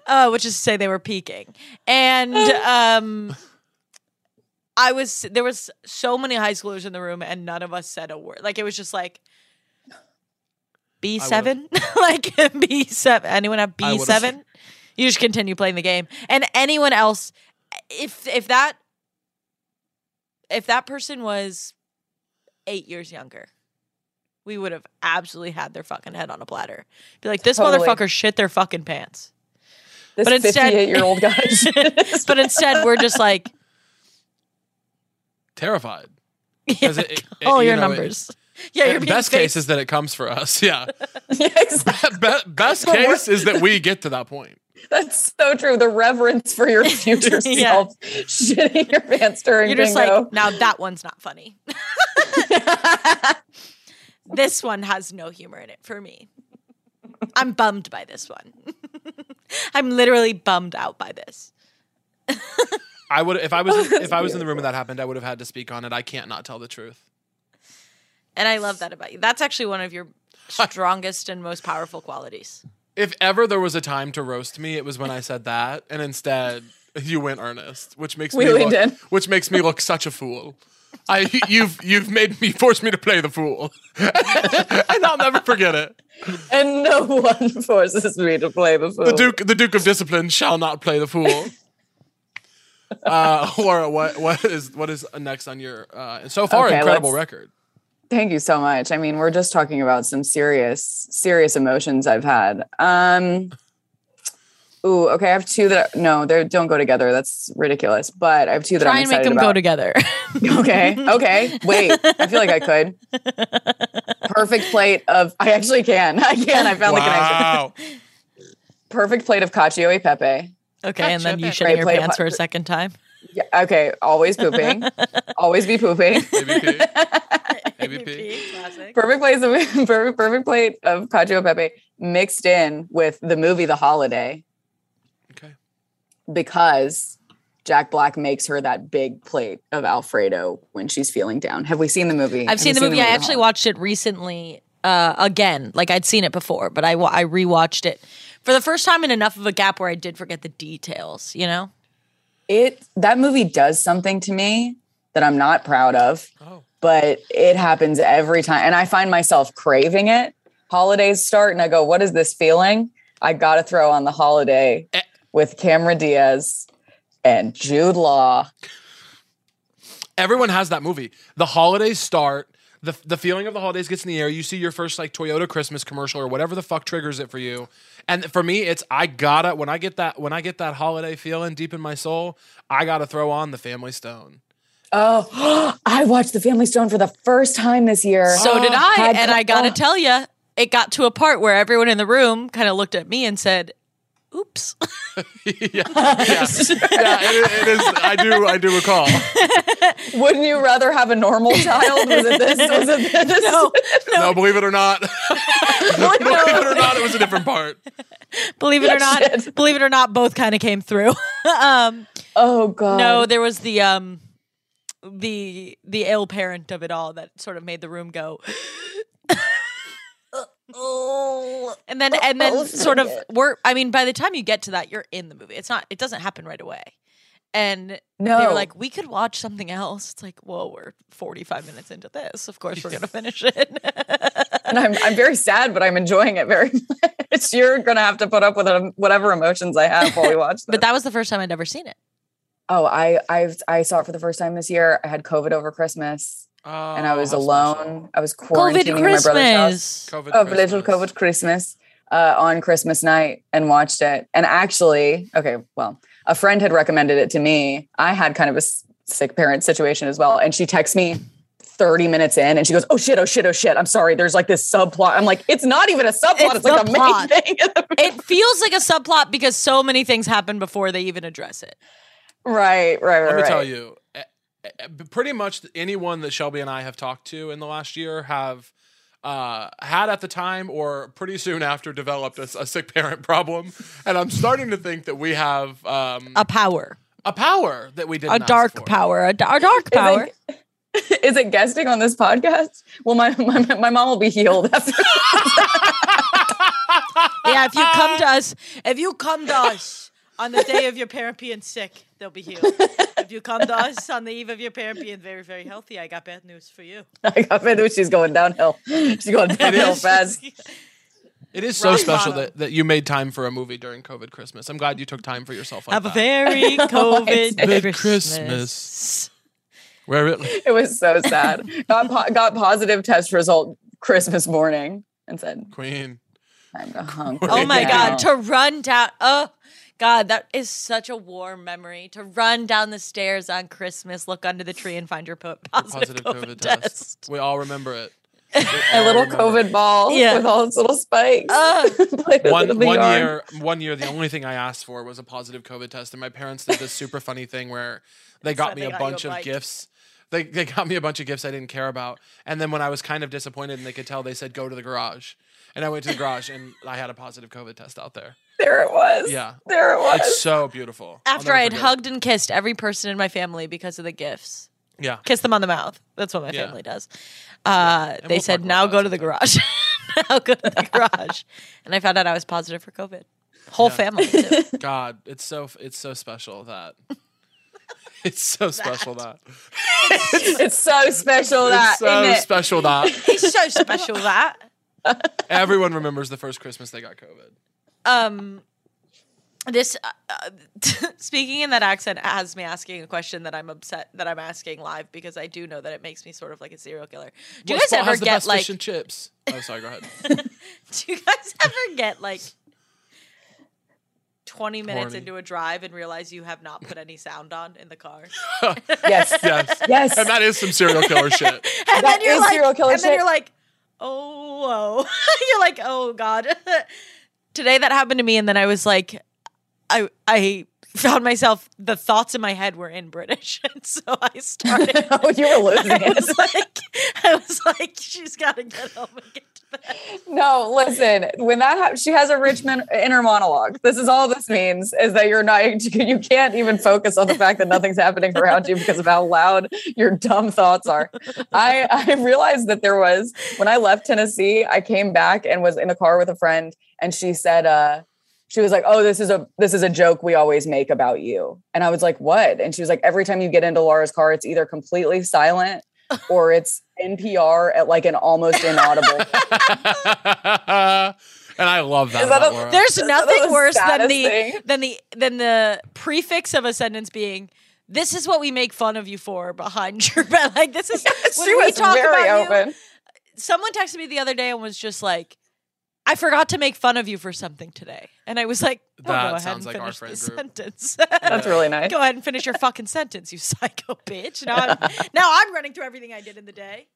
[SPEAKER 2] uh, which is to say they were peaking, and um, I was there was so many high schoolers in the room, and none of us said a word. Like it was just like. B seven, like B seven. Anyone have
[SPEAKER 1] I
[SPEAKER 2] B
[SPEAKER 1] would've-
[SPEAKER 2] seven? You just continue playing the game, and anyone else, if if that if that person was eight years younger, we would have absolutely had their fucking head on a platter. Be like, this
[SPEAKER 3] Totally.
[SPEAKER 2] motherfucker shit their fucking pants.
[SPEAKER 3] This
[SPEAKER 2] But instead-
[SPEAKER 3] 58 year old guy.
[SPEAKER 2] but instead, we're just like,
[SPEAKER 1] Terrified.
[SPEAKER 2] yeah,
[SPEAKER 1] 'Cause it- it- it-
[SPEAKER 2] call
[SPEAKER 1] you
[SPEAKER 2] your
[SPEAKER 1] know, it-
[SPEAKER 2] numbers. yeah, your
[SPEAKER 1] And best case is that it comes for us. Yeah.
[SPEAKER 3] yeah, exactly.
[SPEAKER 1] Be- best
[SPEAKER 3] But we're-
[SPEAKER 1] case is that we get to that point.
[SPEAKER 3] That's so true. The reverence for your future
[SPEAKER 2] Yeah.
[SPEAKER 3] self shitting your pants during
[SPEAKER 2] You're just
[SPEAKER 3] bingo.
[SPEAKER 2] like, now that one's not funny. this one has no humor in it for me. I'm bummed by this one. I'm literally bummed out by this.
[SPEAKER 1] I would if I was if I was in the room when that happened, I would have had to speak on it. I can't not tell the truth.
[SPEAKER 2] And I love that about you. That's actually one of your strongest and most powerful qualities.
[SPEAKER 1] If ever there was a time to roast me, it was when I said that, and instead you went earnest, which makes
[SPEAKER 3] We
[SPEAKER 1] me
[SPEAKER 3] leaned
[SPEAKER 1] look,
[SPEAKER 3] in.
[SPEAKER 1] which makes me look such a fool. I you've you've made me forced me to play the fool, and I'll never forget it.
[SPEAKER 3] and no one forces me to play the fool.
[SPEAKER 1] The Duke, the Duke of Discipline, shall not play the fool. Uh, Laura, what what is what is next on your uh, so far
[SPEAKER 3] Okay,
[SPEAKER 1] incredible
[SPEAKER 3] let's-
[SPEAKER 1] record?
[SPEAKER 3] Thank you so much. I mean, we're just talking about some serious, serious emotions I've had. Um Ooh, okay. I have two that no, they don't go together. That's ridiculous. But I have two that
[SPEAKER 2] Try
[SPEAKER 3] I'm
[SPEAKER 2] and make
[SPEAKER 3] excited
[SPEAKER 2] them
[SPEAKER 3] about.
[SPEAKER 2] go together.
[SPEAKER 3] Okay. Okay. Wait. I feel like I could. Perfect plate of. I actually can. I can. I found the connection.
[SPEAKER 1] Wow.
[SPEAKER 3] Perfect plate of cacio e pepe.
[SPEAKER 2] okay, and then you
[SPEAKER 1] Gotcha.
[SPEAKER 2] shitting your
[SPEAKER 3] Play- play-
[SPEAKER 2] pants for a second time.
[SPEAKER 3] Yeah, okay. Always pooping. always be pooping.
[SPEAKER 1] ABP. ABP.
[SPEAKER 3] Perfect plate of perfect, perfect plate of cacio e pepe mixed in with the movie The Holiday
[SPEAKER 1] Okay.
[SPEAKER 3] because Jack Black makes her that big plate of Alfredo when she's feeling down. Have we seen the movie? Have
[SPEAKER 2] I've seen
[SPEAKER 3] we
[SPEAKER 2] the movie. I
[SPEAKER 3] The
[SPEAKER 2] actually
[SPEAKER 3] Holiday?
[SPEAKER 2] watched it recently uh, again. Like I'd seen it before, but I wa- I rewatched it for the first time in enough of a gap where I did forget the details. You know,
[SPEAKER 3] it that movie does something to me that I'm not proud of,
[SPEAKER 1] Oh.
[SPEAKER 3] but it happens every time. And I find myself craving it. Holidays start and I go, what is this feeling? I gotta throw on the holiday
[SPEAKER 1] Eh.
[SPEAKER 3] with Cameron Diaz and Jude Law.
[SPEAKER 1] Everyone has that movie. The holidays start. The, the feeling of the holidays gets in the air. You see your first like Toyota Christmas commercial or whatever the fuck triggers it for you. And for me, it's I gotta when I get that when I get that holiday feeling deep in my soul, I gotta throw on the Family Stone.
[SPEAKER 3] Oh, I watched The Family Stone for the first time this year.
[SPEAKER 2] so did I.
[SPEAKER 3] Had-
[SPEAKER 2] and I gotta
[SPEAKER 3] oh.
[SPEAKER 2] tell you, it got to a part where everyone in the room kind of looked at me and said, "Oops."
[SPEAKER 1] yeah, yeah, yeah it, it is. I do, I do recall.
[SPEAKER 3] Wouldn't you rather have a normal child? Was it this? Was it this?
[SPEAKER 2] no,
[SPEAKER 1] No, believe it or not, believe it or not, it was a different part.
[SPEAKER 2] believe it or not,
[SPEAKER 3] Shit.
[SPEAKER 2] believe it or not, both kind of came through. um,
[SPEAKER 3] Oh god.
[SPEAKER 2] No, there was the um the the ill parent of it all that sort of made the room go and then and then sort of we're I mean by the time you get to that you're in the movie. It's not it doesn't happen right away. And they
[SPEAKER 3] No.
[SPEAKER 2] were like, we could watch something else. It's like, whoa, we're 45 minutes into this. Of course, we're going to finish it.
[SPEAKER 3] and I'm I'm very sad, but I'm enjoying it very much. You're gonna have to put up with um, whatever emotions I have while we watch.
[SPEAKER 2] but
[SPEAKER 3] this.
[SPEAKER 2] that was the first time I'd ever seen it.
[SPEAKER 3] oh, I I I saw it for the first time this year. I had COVID over Christmas, and I was alone. I was
[SPEAKER 2] Oh,
[SPEAKER 3] quarantining
[SPEAKER 2] COVID
[SPEAKER 3] in my brother's house.
[SPEAKER 2] Christmas.
[SPEAKER 1] Oh, COVID
[SPEAKER 3] Of little
[SPEAKER 1] Christmas.
[SPEAKER 3] COVID Christmas uh, on Christmas night and watched it. And actually, okay, well, a friend had recommended it to me. I had kind of a s- sick parent situation as well, and she texts me. 30 minutes in and she goes, Oh shit, oh shit, oh shit. I'm sorry. There's like this subplot. I'm like, it's not even a subplot. It's,
[SPEAKER 2] It's
[SPEAKER 3] like
[SPEAKER 2] the
[SPEAKER 3] the
[SPEAKER 2] plot.
[SPEAKER 3] main thing.
[SPEAKER 2] It feels like a subplot because so many things happen before they even address it.
[SPEAKER 3] Right, right, right.
[SPEAKER 1] Let me
[SPEAKER 3] right.
[SPEAKER 1] tell you, eh, eh, eh, pretty much anyone that Shelby and I have talked to in the last year have uh, had at the time or pretty soon after developed a, s- a sick parent problem, and I'm starting to think that we have um,
[SPEAKER 2] A power,
[SPEAKER 1] a power that we didn't
[SPEAKER 2] a
[SPEAKER 1] ask for.
[SPEAKER 2] dark power, a, da- a dark power.
[SPEAKER 3] Is it guesting on this podcast? Well, my my, my mom will be healed after
[SPEAKER 2] yeah, if you come to us, if you come to us on the day of your parent being sick, they'll be healed. If you come to us on the eve of your parent being very, very healthy, I got bad news for you.
[SPEAKER 3] I got my she's going downhill. She's going downhill
[SPEAKER 1] is.
[SPEAKER 3] fast.
[SPEAKER 1] It is so
[SPEAKER 2] Rock
[SPEAKER 1] special
[SPEAKER 2] bottom.
[SPEAKER 1] that, that you made time for a movie during COVID Christmas. I'm glad you took time for yourself. Like
[SPEAKER 2] Have a
[SPEAKER 1] that.
[SPEAKER 2] very
[SPEAKER 3] Good
[SPEAKER 2] COVID
[SPEAKER 1] Christmas. Where it,
[SPEAKER 3] It was so sad. got po- got positive test result Christmas morning and said,
[SPEAKER 1] Queen.
[SPEAKER 3] "I'm a hunk."
[SPEAKER 2] Oh my
[SPEAKER 3] now."
[SPEAKER 2] God, to run down. Oh, God, that is such a warm memory. To run down the stairs on Christmas, look under the tree, and find your po- positive,
[SPEAKER 1] Positive
[SPEAKER 2] COVID,
[SPEAKER 1] COVID
[SPEAKER 2] test.
[SPEAKER 1] test. We all remember it.
[SPEAKER 3] a little COVID ball
[SPEAKER 2] Yeah.
[SPEAKER 3] with all its little spikes.
[SPEAKER 2] Ugh.
[SPEAKER 3] Played with it
[SPEAKER 1] one
[SPEAKER 3] in the
[SPEAKER 1] one
[SPEAKER 3] yard.
[SPEAKER 1] year one year the only thing I asked for was a positive COVID test, and my parents did this super funny thing where they got
[SPEAKER 2] why
[SPEAKER 1] me
[SPEAKER 2] they
[SPEAKER 1] a
[SPEAKER 2] got you a
[SPEAKER 1] bunch of
[SPEAKER 2] bike.
[SPEAKER 1] gifts. They they got me a bunch of gifts I didn't care about, and then when I was kind of disappointed and they could tell, they said go to the garage, and I went to the garage and I had a positive COVID test out there.
[SPEAKER 3] There it was.
[SPEAKER 1] Yeah.
[SPEAKER 3] There it
[SPEAKER 1] It's
[SPEAKER 3] was.
[SPEAKER 1] so beautiful. I'll
[SPEAKER 2] After
[SPEAKER 1] never
[SPEAKER 2] I had
[SPEAKER 1] forget it.
[SPEAKER 2] hugged and kissed every person in my family because of the gifts.
[SPEAKER 1] yeah,
[SPEAKER 2] kiss them on the mouth. That's what my
[SPEAKER 1] Yeah.
[SPEAKER 2] family does. Uh, they
[SPEAKER 1] we'll
[SPEAKER 2] said,
[SPEAKER 1] talk about
[SPEAKER 2] now
[SPEAKER 1] that
[SPEAKER 2] go to the garage. now go to the garage. And I found out I was positive for COVID. Whole family. Too.
[SPEAKER 1] God, it's so it's so special that. It's so special that.
[SPEAKER 3] It's so special that
[SPEAKER 1] It's so
[SPEAKER 3] isn't it?
[SPEAKER 1] special that.
[SPEAKER 2] He's so special that.
[SPEAKER 1] Everyone remembers the first Christmas they got COVID.
[SPEAKER 2] Um, this uh, uh, speaking in that accent has me asking a question that I'm upset that I'm asking live because I do know that it makes me sort of like a serial killer. Do you
[SPEAKER 1] What's
[SPEAKER 2] guys
[SPEAKER 1] fault
[SPEAKER 2] ever
[SPEAKER 1] has the
[SPEAKER 2] get
[SPEAKER 1] best
[SPEAKER 2] like
[SPEAKER 1] fish and chips? Oh, sorry. Go ahead.
[SPEAKER 2] Do you guys ever get like 20 minutes
[SPEAKER 1] Horny.
[SPEAKER 2] into a drive and realize you have not put any sound on in the car?
[SPEAKER 3] Yes.
[SPEAKER 1] yes.
[SPEAKER 3] Yes.
[SPEAKER 1] And that is some serial killer shit.
[SPEAKER 2] And
[SPEAKER 3] That
[SPEAKER 2] then you're
[SPEAKER 3] is
[SPEAKER 2] like,
[SPEAKER 3] serial killer
[SPEAKER 2] and then
[SPEAKER 3] shit.
[SPEAKER 2] you're like, oh, whoa. you're like, oh God. Today that happened to me, and then I was like, I I found myself the thoughts in my head were in British. And so I started
[SPEAKER 3] oh, you were losing
[SPEAKER 2] I
[SPEAKER 3] it.
[SPEAKER 2] was like I was like, she's gotta get home and get to bed.
[SPEAKER 3] No, listen. When that hap she has a rich men- inner monologue. This is all this means is that you're not. You can't even focus on the fact that nothing's happening around you because of how loud your dumb thoughts are. I I realized that there was when I left Tennessee. I came back and was in the car with a friend, and she said, uh, "She was like, oh, this is a this is a joke we always make about you." And I was like, "What?" And she was like, "Every time you get into Laura's car, it's either completely silent." or it's NPR at like an almost inaudible
[SPEAKER 1] and I love that.
[SPEAKER 3] Is that
[SPEAKER 1] about
[SPEAKER 3] a-
[SPEAKER 1] Laura.
[SPEAKER 2] There's
[SPEAKER 3] That's
[SPEAKER 2] nothing
[SPEAKER 3] the
[SPEAKER 2] worse than
[SPEAKER 3] saddest
[SPEAKER 2] the
[SPEAKER 3] thing.
[SPEAKER 2] than the than the prefix of a sentence being this is what we make fun of you for behind your back. Like this is when
[SPEAKER 3] she
[SPEAKER 2] we
[SPEAKER 3] was
[SPEAKER 2] talk
[SPEAKER 3] very
[SPEAKER 2] about you.
[SPEAKER 3] open.
[SPEAKER 2] Someone texted me the other day and was just like, "I forgot to make fun of you for something today," and I was like, oh,
[SPEAKER 1] That
[SPEAKER 2] "Go ahead
[SPEAKER 1] sounds
[SPEAKER 2] and
[SPEAKER 1] like our
[SPEAKER 2] finish
[SPEAKER 1] friend
[SPEAKER 2] the
[SPEAKER 1] group.
[SPEAKER 2] sentence."
[SPEAKER 3] That's really nice.
[SPEAKER 2] Go ahead and finish your fucking sentence, you psycho bitch. Now I'm now I'm running through everything I did in the day.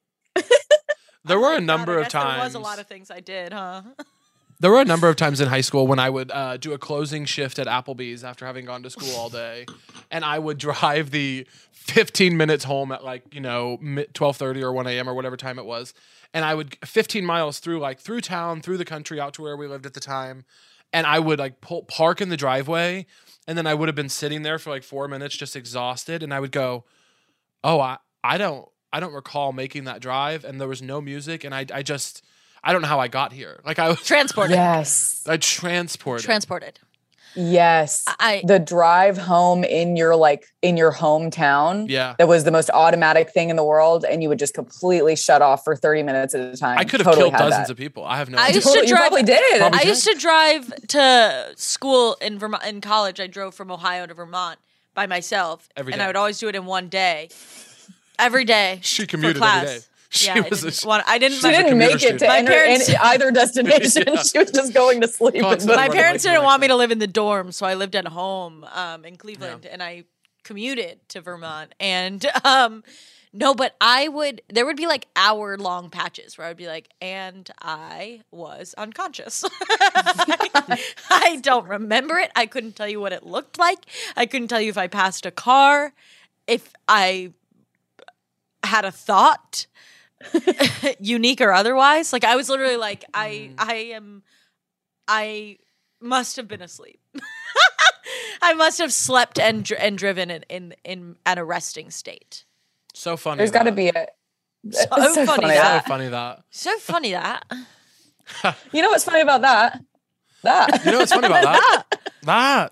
[SPEAKER 1] there were a
[SPEAKER 2] God, I
[SPEAKER 1] number of
[SPEAKER 2] guess
[SPEAKER 1] times.
[SPEAKER 2] There was a lot of things I did, huh?
[SPEAKER 1] There were a number of times in high school when I would uh, do a closing shift at Applebee's after having gone to school all day, and I would drive the 15 minutes home at like you know mi- 12:30 or 1 a.m. or whatever time it was, and I would 15 miles through like through town, through the country, out to where we lived at the time, and I would like pull, park in the driveway, and then I would have been sitting there for like four minutes just exhausted, and I would go, oh i i don't i don't recall making that drive and there was no music and i i just i don't know how i got here like i was
[SPEAKER 2] Transported.
[SPEAKER 3] Yes.
[SPEAKER 1] i transported
[SPEAKER 2] Transported.
[SPEAKER 3] Yes.
[SPEAKER 2] I-
[SPEAKER 3] the drive home in your like in your hometown.
[SPEAKER 1] Yeah.
[SPEAKER 3] That was the most automatic thing in the world. And you would just completely shut off for 30 minutes at a time.
[SPEAKER 1] i could have
[SPEAKER 3] Totally
[SPEAKER 1] killed
[SPEAKER 3] had
[SPEAKER 1] dozens
[SPEAKER 3] that.
[SPEAKER 1] of people i have no
[SPEAKER 2] I
[SPEAKER 1] idea
[SPEAKER 2] used to
[SPEAKER 3] you
[SPEAKER 2] drive.
[SPEAKER 3] probably did.
[SPEAKER 1] Probably
[SPEAKER 2] I
[SPEAKER 1] did.
[SPEAKER 2] used to drive to school in Vermont in college. I drove from Ohio to Vermont by myself,
[SPEAKER 1] Every
[SPEAKER 2] and
[SPEAKER 1] day.
[SPEAKER 2] I would always do it in one day, every day.
[SPEAKER 1] she
[SPEAKER 2] for
[SPEAKER 1] commuted
[SPEAKER 2] class.
[SPEAKER 1] every day she
[SPEAKER 2] yeah,
[SPEAKER 1] was
[SPEAKER 2] I
[SPEAKER 1] a,
[SPEAKER 2] didn't. want, I didn't
[SPEAKER 3] She
[SPEAKER 2] my,
[SPEAKER 3] didn't
[SPEAKER 1] computer
[SPEAKER 3] make it to
[SPEAKER 1] student.
[SPEAKER 2] My
[SPEAKER 3] enter
[SPEAKER 2] parents-
[SPEAKER 3] any- either destination. she was just going to sleep.
[SPEAKER 1] Constant
[SPEAKER 3] and-
[SPEAKER 2] my
[SPEAKER 1] running
[SPEAKER 2] parents
[SPEAKER 1] away
[SPEAKER 2] didn't
[SPEAKER 1] from
[SPEAKER 2] want me to live in the dorm, so I lived at home um, in Cleveland, and I commuted to Vermont. And um, no, but I would. There would be like hour long patches where I would be like, and I was unconscious. I, I don't remember it. I couldn't tell you what it looked like. I couldn't tell you if I passed a car, if I had a thought unique or otherwise like i was literally like i
[SPEAKER 1] Mm-hmm.
[SPEAKER 2] i am i must have been asleep i must have slept and dr- and driven in in, in at a resting state
[SPEAKER 1] so funny
[SPEAKER 3] There's got to
[SPEAKER 1] that.
[SPEAKER 3] be a. So,
[SPEAKER 2] funny
[SPEAKER 1] so
[SPEAKER 2] that.
[SPEAKER 1] funny that
[SPEAKER 2] so funny that
[SPEAKER 3] You know what's funny about that? that.
[SPEAKER 1] You know what's funny about that? that.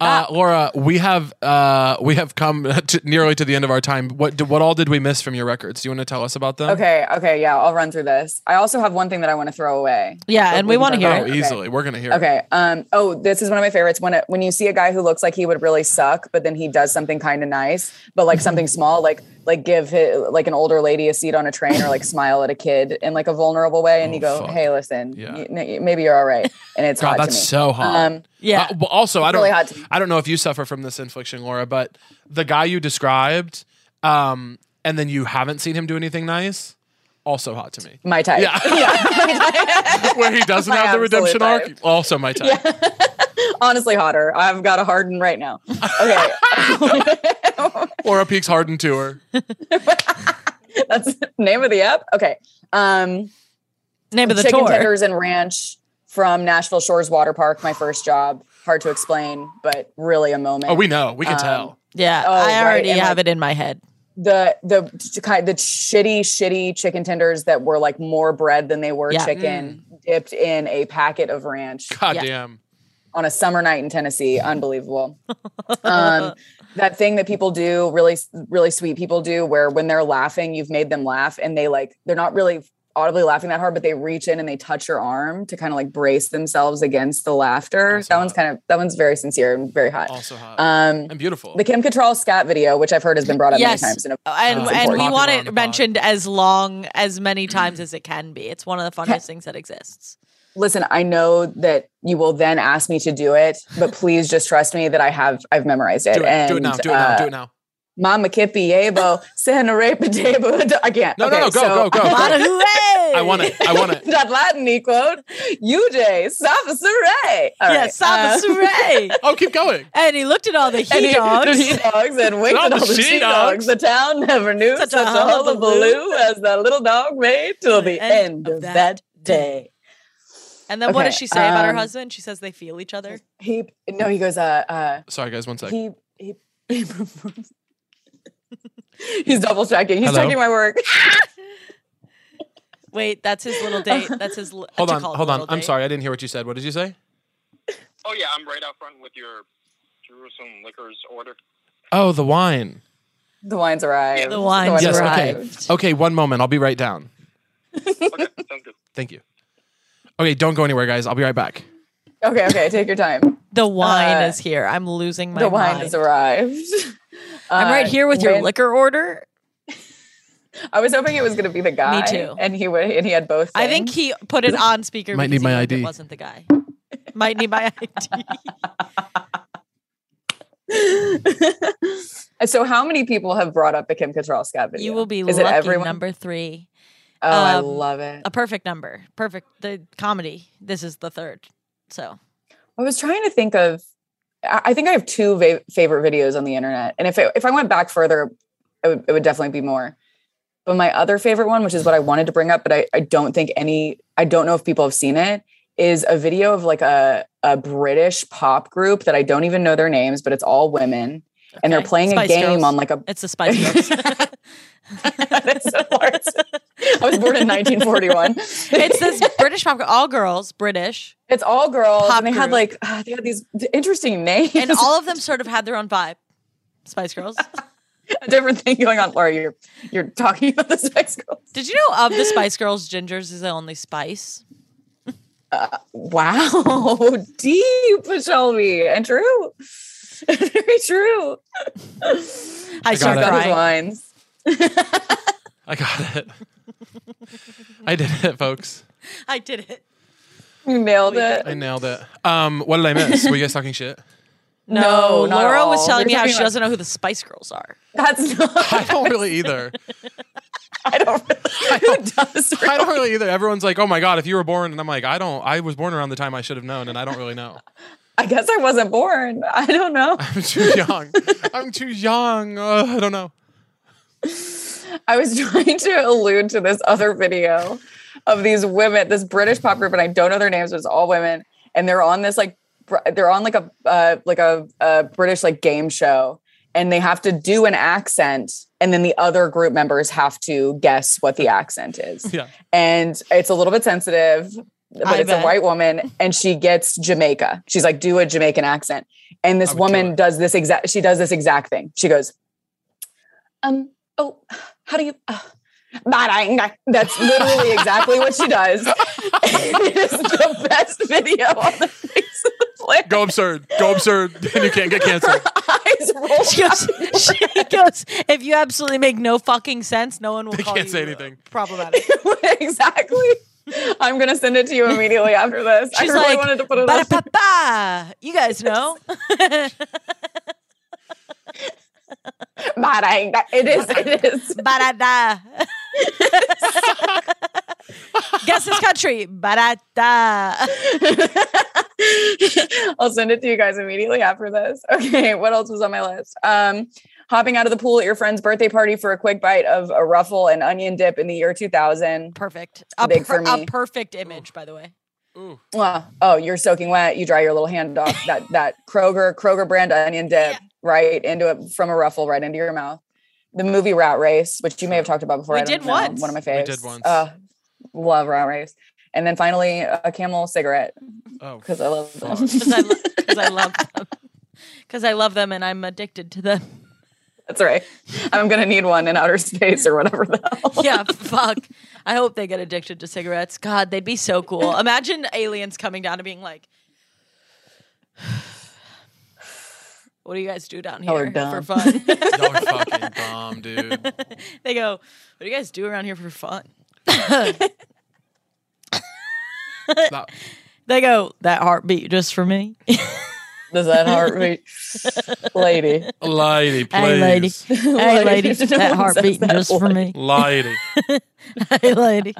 [SPEAKER 1] Uh, Laura, we have uh, we have come to, nearly to the end of our time. What what all did we miss from your records? Do you want to tell us about them?
[SPEAKER 3] Okay, okay, yeah, I'll run through this. I also have one thing that I want to throw away.
[SPEAKER 2] Yeah,
[SPEAKER 3] But
[SPEAKER 2] and we
[SPEAKER 3] can
[SPEAKER 2] wanna
[SPEAKER 3] talk
[SPEAKER 2] hear
[SPEAKER 3] about
[SPEAKER 1] Oh,
[SPEAKER 2] it.
[SPEAKER 3] Okay.
[SPEAKER 1] easily. We're gonna hear. it.
[SPEAKER 3] Okay. Um. Oh, this is one of my favorites. When it, when you see a guy who looks like he would really suck, but then he does something kind of nice, but like something small, like like give hi like an older lady a seat on a train, or like smile at a kid in like a vulnerable way, and
[SPEAKER 1] Oh,
[SPEAKER 3] you go,
[SPEAKER 1] fuck.
[SPEAKER 3] "Hey, listen,
[SPEAKER 1] Yeah.
[SPEAKER 3] y- n- y- maybe you're all right." And it's
[SPEAKER 1] God,
[SPEAKER 3] hot
[SPEAKER 1] that's
[SPEAKER 3] to me.
[SPEAKER 1] so hot.
[SPEAKER 3] Um,
[SPEAKER 2] Yeah.
[SPEAKER 1] Uh, well, also, I don't.
[SPEAKER 3] really hot to me.
[SPEAKER 1] I don't know if you suffer from this infliction, Laura, but the guy you described, um, and then you haven't seen him do anything nice, also hot to me.
[SPEAKER 3] my type.
[SPEAKER 1] Yeah. Where he doesn't
[SPEAKER 3] My
[SPEAKER 1] have the
[SPEAKER 3] absolute
[SPEAKER 1] redemption
[SPEAKER 3] type.
[SPEAKER 1] arc, also my type.
[SPEAKER 3] Honestly, hotter. I've got a harden right now. Okay.
[SPEAKER 1] Laura peaks hardened to her.
[SPEAKER 3] that's the name of the app. Okay. Um.
[SPEAKER 2] Name of the
[SPEAKER 3] chicken
[SPEAKER 2] tour.
[SPEAKER 3] tenders and ranch from Nashville Shores Water Park. My first job. Hard to explain, but really a moment.
[SPEAKER 1] Oh, we know. We can
[SPEAKER 3] Um,
[SPEAKER 1] tell.
[SPEAKER 2] Yeah,
[SPEAKER 3] Oh,
[SPEAKER 2] I
[SPEAKER 3] right,
[SPEAKER 2] already
[SPEAKER 3] and,
[SPEAKER 2] have
[SPEAKER 3] like-
[SPEAKER 2] it in my head.
[SPEAKER 3] the the kind the shitty shitty chicken tenders that were like more bread than they were
[SPEAKER 2] Yeah.
[SPEAKER 3] chicken dipped in a packet of ranch
[SPEAKER 1] God
[SPEAKER 2] yeah.
[SPEAKER 1] damn.
[SPEAKER 3] on a summer night in Tennessee unbelievable um that thing that people do really really sweet people do where when they're laughing you've made them laugh and they like they're not really audibly laughing that hard but they reach in and they touch your arm to kind of like brace themselves against the laughter
[SPEAKER 1] Awesome.
[SPEAKER 3] that one's kind of that one's very sincere and very hot
[SPEAKER 1] Also hot
[SPEAKER 3] um
[SPEAKER 1] and beautiful.
[SPEAKER 3] the Kim Cattrall scat video which I've heard has been brought up many times in a
[SPEAKER 2] Oh, and,
[SPEAKER 1] Um,
[SPEAKER 2] and we
[SPEAKER 1] Popular
[SPEAKER 2] want
[SPEAKER 1] on the
[SPEAKER 2] it
[SPEAKER 1] pod.
[SPEAKER 2] mentioned as long as many times as it can be. It's one of the funniest things that exists.
[SPEAKER 3] listen i know that you will then ask me to do it but please just trust me that i have i've memorized it
[SPEAKER 1] do, it,
[SPEAKER 3] and
[SPEAKER 1] do it now. Do it
[SPEAKER 3] uh,
[SPEAKER 1] now. Do it now.
[SPEAKER 3] mama kippy abo sanare patebo i can't
[SPEAKER 1] No,
[SPEAKER 3] okay,
[SPEAKER 1] no, no. Go,
[SPEAKER 3] so-
[SPEAKER 1] go, go, go.
[SPEAKER 2] I
[SPEAKER 1] I want it. I want it.
[SPEAKER 3] that latin equal uj savasare All
[SPEAKER 2] Yeah,
[SPEAKER 3] right,
[SPEAKER 2] Saba
[SPEAKER 3] uh,
[SPEAKER 2] Saray.
[SPEAKER 1] Oh, keep going.
[SPEAKER 2] And he looked at all the
[SPEAKER 3] and
[SPEAKER 2] he
[SPEAKER 3] he-
[SPEAKER 2] dogs.
[SPEAKER 3] the he dogs and winked
[SPEAKER 1] all
[SPEAKER 3] at all
[SPEAKER 1] the
[SPEAKER 3] the
[SPEAKER 1] she
[SPEAKER 3] she
[SPEAKER 1] dogs.
[SPEAKER 3] dogs. The town never knew such, a hullabaloo as the little dog made till the end of that day.
[SPEAKER 2] and then what does
[SPEAKER 3] Okay,
[SPEAKER 2] she say about her
[SPEAKER 3] um,
[SPEAKER 2] husband? She says they feel each other.
[SPEAKER 3] He no, he goes, uh, uh,
[SPEAKER 1] Sorry, guys. One sec.
[SPEAKER 3] he he, he performs- he's double checking. He's
[SPEAKER 1] Hello?
[SPEAKER 3] checking my work.
[SPEAKER 2] Wait, that's his little date. That's his. l-
[SPEAKER 1] hold
[SPEAKER 2] to
[SPEAKER 1] on.
[SPEAKER 2] call it
[SPEAKER 1] Hold on.
[SPEAKER 2] little
[SPEAKER 1] I'm
[SPEAKER 2] date.
[SPEAKER 1] sorry. I didn't hear what you said. What did you say?
[SPEAKER 4] Oh yeah, I'm right out front with your Jerusalem liquors order.
[SPEAKER 1] Oh, the wine.
[SPEAKER 3] The wines arrived.
[SPEAKER 2] The wines
[SPEAKER 1] Yes. Okay.
[SPEAKER 3] arrived.
[SPEAKER 1] Okay. One moment. I'll be right down.
[SPEAKER 4] Okay, sounds good.
[SPEAKER 1] Thank you. Okay, don't go anywhere, guys. I'll be right back.
[SPEAKER 3] Okay, okay, take your time.
[SPEAKER 2] The wine
[SPEAKER 3] Uh,
[SPEAKER 2] is here. I'm losing my
[SPEAKER 3] the wine
[SPEAKER 2] mind.
[SPEAKER 3] has arrived.
[SPEAKER 2] I'm right
[SPEAKER 3] Uh,
[SPEAKER 2] here with your
[SPEAKER 3] when-
[SPEAKER 2] liquor order.
[SPEAKER 3] I was hoping it was going to be the guy.
[SPEAKER 2] too.
[SPEAKER 3] And he would, and he had both.
[SPEAKER 2] I think he
[SPEAKER 3] things.
[SPEAKER 2] put it on speaker.
[SPEAKER 1] Might
[SPEAKER 2] because
[SPEAKER 1] need
[SPEAKER 2] he
[SPEAKER 1] my
[SPEAKER 2] hoped
[SPEAKER 1] ID.
[SPEAKER 2] It wasn't the guy. Might need my ID.
[SPEAKER 3] And so, how many people have brought up the Kim Cattrall scat video?
[SPEAKER 2] You will be
[SPEAKER 3] Is
[SPEAKER 2] lucky.
[SPEAKER 3] it everyone?
[SPEAKER 2] Number three,
[SPEAKER 3] oh, I
[SPEAKER 2] um,
[SPEAKER 3] love it.
[SPEAKER 2] a perfect number, perfect. The comedy. This is the third. So
[SPEAKER 3] I was trying to think of. I I think I have two va- favorite videos on the internet, and if it, if I went back further, it would, it would definitely be more. But my other favorite one, which is what I wanted to bring up, but I, I don't think any, I don't know if people have seen it, is a video of like a a British pop group that I don't even know their names, but it's all women, and they're
[SPEAKER 2] Okay.
[SPEAKER 3] playing
[SPEAKER 2] Spice
[SPEAKER 3] a game
[SPEAKER 2] Girls.
[SPEAKER 3] on like a.
[SPEAKER 2] it's the Spice Girls.
[SPEAKER 3] That's so hard. I was born in 1941.
[SPEAKER 2] it's this British pop, all girls, British,
[SPEAKER 3] It's all girls,
[SPEAKER 2] Pop
[SPEAKER 3] and they
[SPEAKER 2] group.
[SPEAKER 3] had like ah, they had these interesting names.
[SPEAKER 2] and all of them sort of had their own vibe. Spice Girls.
[SPEAKER 3] a different thing going on. Laura, you're you're talking about the Spice Girls.
[SPEAKER 2] Did you know of the Spice Girls, Gingers is the only Spice?
[SPEAKER 3] Wow, deep, Shelby, and true, very true.
[SPEAKER 1] got
[SPEAKER 2] I started
[SPEAKER 1] it.
[SPEAKER 3] Got those
[SPEAKER 2] crying.
[SPEAKER 3] lines.
[SPEAKER 1] I got it. I did it, folks.
[SPEAKER 2] I did it.
[SPEAKER 3] You nailed it.
[SPEAKER 1] I nailed it. Um, what did I miss? Were you guys talking shit?
[SPEAKER 3] No, not at
[SPEAKER 2] Laura was
[SPEAKER 3] all.
[SPEAKER 2] telling
[SPEAKER 3] We're
[SPEAKER 2] me how
[SPEAKER 3] talking
[SPEAKER 2] she
[SPEAKER 3] about-
[SPEAKER 2] doesn't know who the Spice Girls are.
[SPEAKER 3] That's not.
[SPEAKER 1] I don't really either.
[SPEAKER 3] I don't. Really, who does?
[SPEAKER 1] I don't really either. Everyone's like, "Oh my god, if you were born," and I'm like, "I don't. I was born around the time I should have known, and I don't really know.
[SPEAKER 3] I guess I wasn't born. I don't know.
[SPEAKER 1] I'm too young. I'm too young. Uh, I don't know."
[SPEAKER 3] I was trying to allude to this other video of these women, this British pop group, and I don't know their names, but it's all women, and they're on this like br- they're on like a uh, like a, a British like game show, and they have to do an accent, and then the other group members have to guess what the accent is,
[SPEAKER 1] Yeah.
[SPEAKER 3] and it's a little bit sensitive. but
[SPEAKER 2] I
[SPEAKER 3] it's
[SPEAKER 2] bet.
[SPEAKER 3] a white woman and she gets Jamaica. She's like, do a Jamaican accent. And this
[SPEAKER 1] I would kill
[SPEAKER 3] woman
[SPEAKER 1] it.
[SPEAKER 3] does this exact, she does this exact thing. She goes, um, oh, how do you, uh, but I ain't got-" that's literally exactly what she does. it is the best video on the face of the planet.
[SPEAKER 1] Go absurd. Go absurd. and you can't get canceled.
[SPEAKER 3] Her eyes roll.
[SPEAKER 2] She goes, she goes, if you absolutely make no fucking sense, no one will
[SPEAKER 1] They
[SPEAKER 2] call
[SPEAKER 1] can't
[SPEAKER 2] you
[SPEAKER 1] say anything.
[SPEAKER 2] problematic.
[SPEAKER 3] exactly. I'm gonna send it to you immediately after this. I
[SPEAKER 2] She's
[SPEAKER 3] really
[SPEAKER 2] like,
[SPEAKER 3] wanted to put it on.
[SPEAKER 2] "Ba-da-pa-pa." You guys know.
[SPEAKER 3] But I ain't got- it is. It is.
[SPEAKER 2] Barada. Guess this country. Barada.
[SPEAKER 3] I'll send it to you guys immediately after this. Okay, what else was on my list? Um, hopping out of the pool at your friend's birthday party for a quick bite of a ruffle and onion dip in the year 2000.
[SPEAKER 2] Perfect. A,
[SPEAKER 3] Big for
[SPEAKER 2] a
[SPEAKER 3] me.
[SPEAKER 2] perfect image, by the way.
[SPEAKER 1] Ooh.
[SPEAKER 3] Ah, oh, you're soaking wet. You dry your little hand off that that Kroger Kroger brand onion dip right into it from a ruffle right into your mouth. The movie Rat Race, which you may have talked about before.
[SPEAKER 2] We
[SPEAKER 3] I don't
[SPEAKER 2] did
[SPEAKER 3] know,
[SPEAKER 2] once.
[SPEAKER 3] One of my
[SPEAKER 1] We
[SPEAKER 3] faves.
[SPEAKER 1] did once.
[SPEAKER 3] Uh, love Rat Race. And then finally, a Camel cigarette
[SPEAKER 1] Oh.
[SPEAKER 3] because I love them.
[SPEAKER 2] Because I, lo- 'cause I love them. Because I love them and I'm addicted to them.
[SPEAKER 3] That's right. I'm gonna need one in outer space or whatever the hell.
[SPEAKER 2] Yeah, fuck. I hope they get addicted to cigarettes. God, they'd be so cool. Imagine aliens coming down and being like, what do you guys do down
[SPEAKER 3] Y'all are
[SPEAKER 2] here for
[SPEAKER 3] Oh, dumb."
[SPEAKER 2] fun?
[SPEAKER 1] Y'all are fucking bomb, dude.
[SPEAKER 2] they go, what do you guys do around here for fun?
[SPEAKER 1] Stop.
[SPEAKER 2] They go, that heartbeat just for me.
[SPEAKER 3] Does that heart rate, lady?
[SPEAKER 1] Lady, please.
[SPEAKER 2] Hey, lady. Hey,
[SPEAKER 3] Lady.
[SPEAKER 2] lady.
[SPEAKER 3] No one
[SPEAKER 2] That
[SPEAKER 3] says
[SPEAKER 2] heartbeat
[SPEAKER 3] that
[SPEAKER 2] just for me.
[SPEAKER 1] Lady.
[SPEAKER 2] Hey, lady.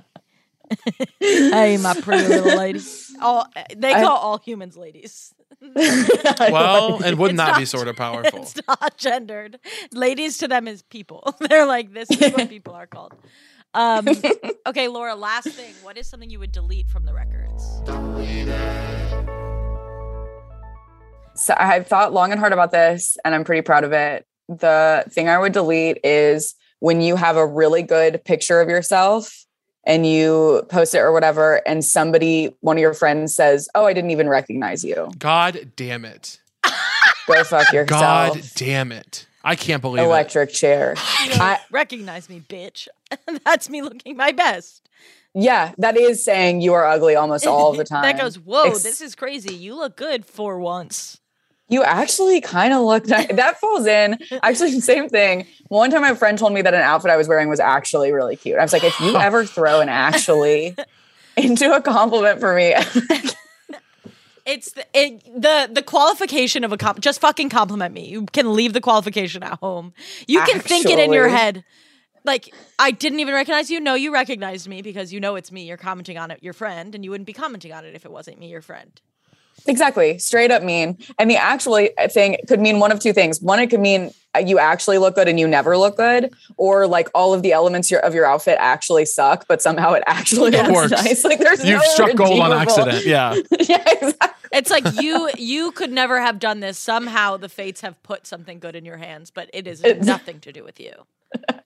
[SPEAKER 2] hey, my pretty little lady. All, they
[SPEAKER 3] I-
[SPEAKER 2] call all humans ladies.
[SPEAKER 1] Well, and would not, be
[SPEAKER 2] not-
[SPEAKER 1] sort of powerful.
[SPEAKER 2] It's not gendered. Ladies to them is people. They're like, this is what people are called. Um, okay, Laura, last thing. What is something you would delete from the records?
[SPEAKER 3] So I've thought long and hard about this, and I'm pretty proud of it. The thing I would delete is when you have a really good picture of yourself and you post it or whatever, and somebody, one of your friends says, "Oh, I didn't even recognize you."
[SPEAKER 1] God damn it.
[SPEAKER 3] Go fuck yourself.
[SPEAKER 1] God damn it. I can't believe it.
[SPEAKER 3] Electric chair. I,
[SPEAKER 2] Recognize me, bitch. That's me looking my best.
[SPEAKER 3] yeah, that is saying you are ugly almost all the time.
[SPEAKER 2] that goes, whoa,
[SPEAKER 3] Ex-
[SPEAKER 2] this is crazy. You look good for once.
[SPEAKER 3] You actually kind of look nice. That falls in. Actually, same thing. One time, my friend told me that an outfit I was wearing was actually really cute. I was like, if you ever throw an actually into a compliment for me,
[SPEAKER 2] It's the it, the the qualification of a comp. Just fucking compliment me. You can leave the qualification at home. You can think it in your
[SPEAKER 3] Actually.
[SPEAKER 2] head. Like I didn't even recognize you. No, you recognized me because you know it's me. You're commenting on it, your friend, and you wouldn't be commenting on it if it wasn't me, your friend.
[SPEAKER 3] exactly, straight up mean. And the actually uh, thing could mean one of two things. One, it could mean uh, you actually look good and you never look good, or like all of the elements your- of your outfit actually suck, but somehow it actually
[SPEAKER 2] It
[SPEAKER 3] looks
[SPEAKER 1] works.
[SPEAKER 3] nice. Like there's
[SPEAKER 1] You've
[SPEAKER 3] no
[SPEAKER 1] struck gold on
[SPEAKER 3] redeemable-
[SPEAKER 1] accident. Yeah.
[SPEAKER 3] yeah, exactly.
[SPEAKER 2] It's like you you could never have done this. Somehow the fates have put something good in your hands, but it is
[SPEAKER 3] It's-
[SPEAKER 2] nothing to do with you.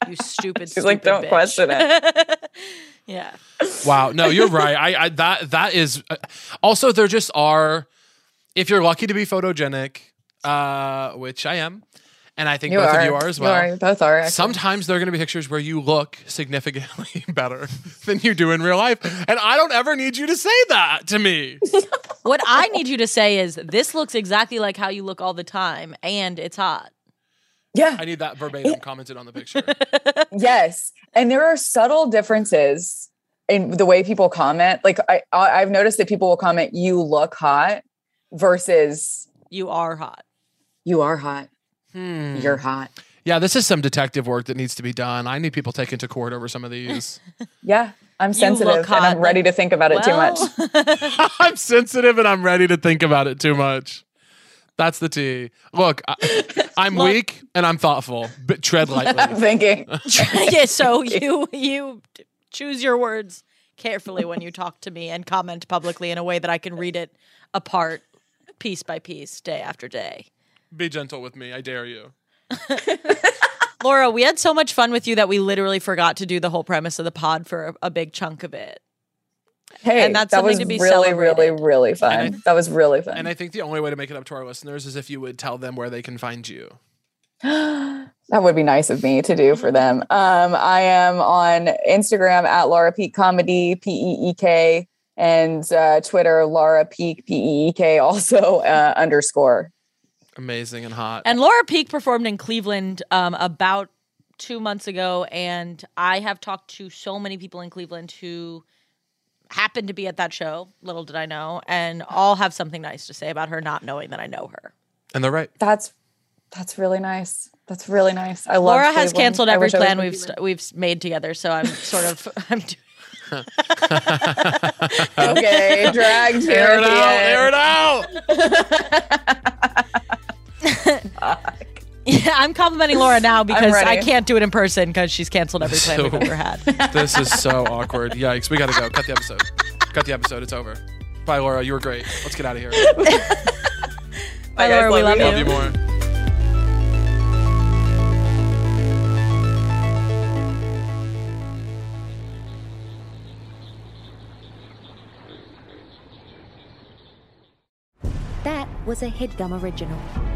[SPEAKER 2] You stupid.
[SPEAKER 3] She's like,
[SPEAKER 2] stupid
[SPEAKER 3] "Don't
[SPEAKER 2] bitch."
[SPEAKER 3] question
[SPEAKER 2] yeah.
[SPEAKER 1] Wow. No, you're right. I, I that that is uh, also there just are if you're lucky to be photogenic, uh, which I am, and I think both of you are as well.
[SPEAKER 3] You are. Both are. actually.
[SPEAKER 1] Sometimes there are going to be pictures where you look significantly better than you do in real life, and I don't ever need you to say that to me.
[SPEAKER 2] What I need you to say is this looks exactly like how you look all the time, and it's hot.
[SPEAKER 3] Yeah.
[SPEAKER 1] I need that verbatim commented on the picture.
[SPEAKER 3] yes and there are subtle differences in the way people comment like I, I i've noticed that people will comment you look hot versus
[SPEAKER 2] You are hot.
[SPEAKER 3] you are hot
[SPEAKER 2] Hmm.
[SPEAKER 3] you're hot
[SPEAKER 1] Yeah, this is some detective work that needs to be done. I need people taken to court over some of these.
[SPEAKER 3] yeah i'm
[SPEAKER 2] look
[SPEAKER 3] sensitive and
[SPEAKER 2] hot.
[SPEAKER 3] i'm ready to think about it too much
[SPEAKER 2] too much.
[SPEAKER 1] I'm sensitive and I'm ready to think about it too much. That's the T. Look, I, I'm weak and I'm thoughtful, but tread
[SPEAKER 3] i'm
[SPEAKER 1] lightly.
[SPEAKER 3] thinking
[SPEAKER 2] yeah, so you you d- choose your words carefully when you talk to me and comment publicly in a way that I can read it apart piece by piece, day after day.
[SPEAKER 1] Be gentle with me. I dare you.
[SPEAKER 2] Laura, we had so much fun with you that we literally forgot to do the whole premise of the pod for a, a big chunk of it.
[SPEAKER 3] Hey,
[SPEAKER 2] And that's
[SPEAKER 3] that
[SPEAKER 2] something
[SPEAKER 3] was
[SPEAKER 2] to be
[SPEAKER 3] really, really,
[SPEAKER 2] celebrated.
[SPEAKER 3] really fun.
[SPEAKER 1] And
[SPEAKER 3] that was really fun.
[SPEAKER 1] And I think the only way to make it up to our listeners is if you would tell them where they can find you.
[SPEAKER 3] that would be nice of me to do for them. Um, I am on Instagram at Laura Peak Comedy, P E E K, and uh, Twitter, Laura Peak, P E E K, also uh, underscore.
[SPEAKER 1] Amazing and hot.
[SPEAKER 2] And Laura Peak performed in Cleveland um, about two months ago, and I have talked to so many people in Cleveland who happened to be at that show. Little did I know, and all have something nice to say about her, not knowing that I know her.
[SPEAKER 1] And they're right.
[SPEAKER 3] That's that's really nice. That's really nice. I love.
[SPEAKER 2] Laura has
[SPEAKER 3] Cleveland.
[SPEAKER 2] canceled
[SPEAKER 3] I
[SPEAKER 2] every
[SPEAKER 3] wish I was
[SPEAKER 2] plan
[SPEAKER 3] in
[SPEAKER 2] we've
[SPEAKER 3] Cleveland.
[SPEAKER 2] st- we've made together, so I'm sort of I'm doing.
[SPEAKER 3] okay, dragged here.
[SPEAKER 1] Air
[SPEAKER 3] at
[SPEAKER 1] it out.
[SPEAKER 3] the end.
[SPEAKER 1] Air it out.
[SPEAKER 2] Yeah, I'm complimenting Laura now because
[SPEAKER 3] ready.
[SPEAKER 2] I can't do it in person because she's canceled every plan
[SPEAKER 1] So-
[SPEAKER 2] we've ever had.
[SPEAKER 1] This is so awkward. Yikes. We got to go. Cut the episode. Cut the episode. It's over. Bye, Laura. You were great. Let's get out of here.
[SPEAKER 2] Bye,
[SPEAKER 3] guys.
[SPEAKER 2] Laura. We
[SPEAKER 3] Love
[SPEAKER 2] love
[SPEAKER 3] you.
[SPEAKER 2] you.
[SPEAKER 1] Love you more.
[SPEAKER 5] That was a headgum original.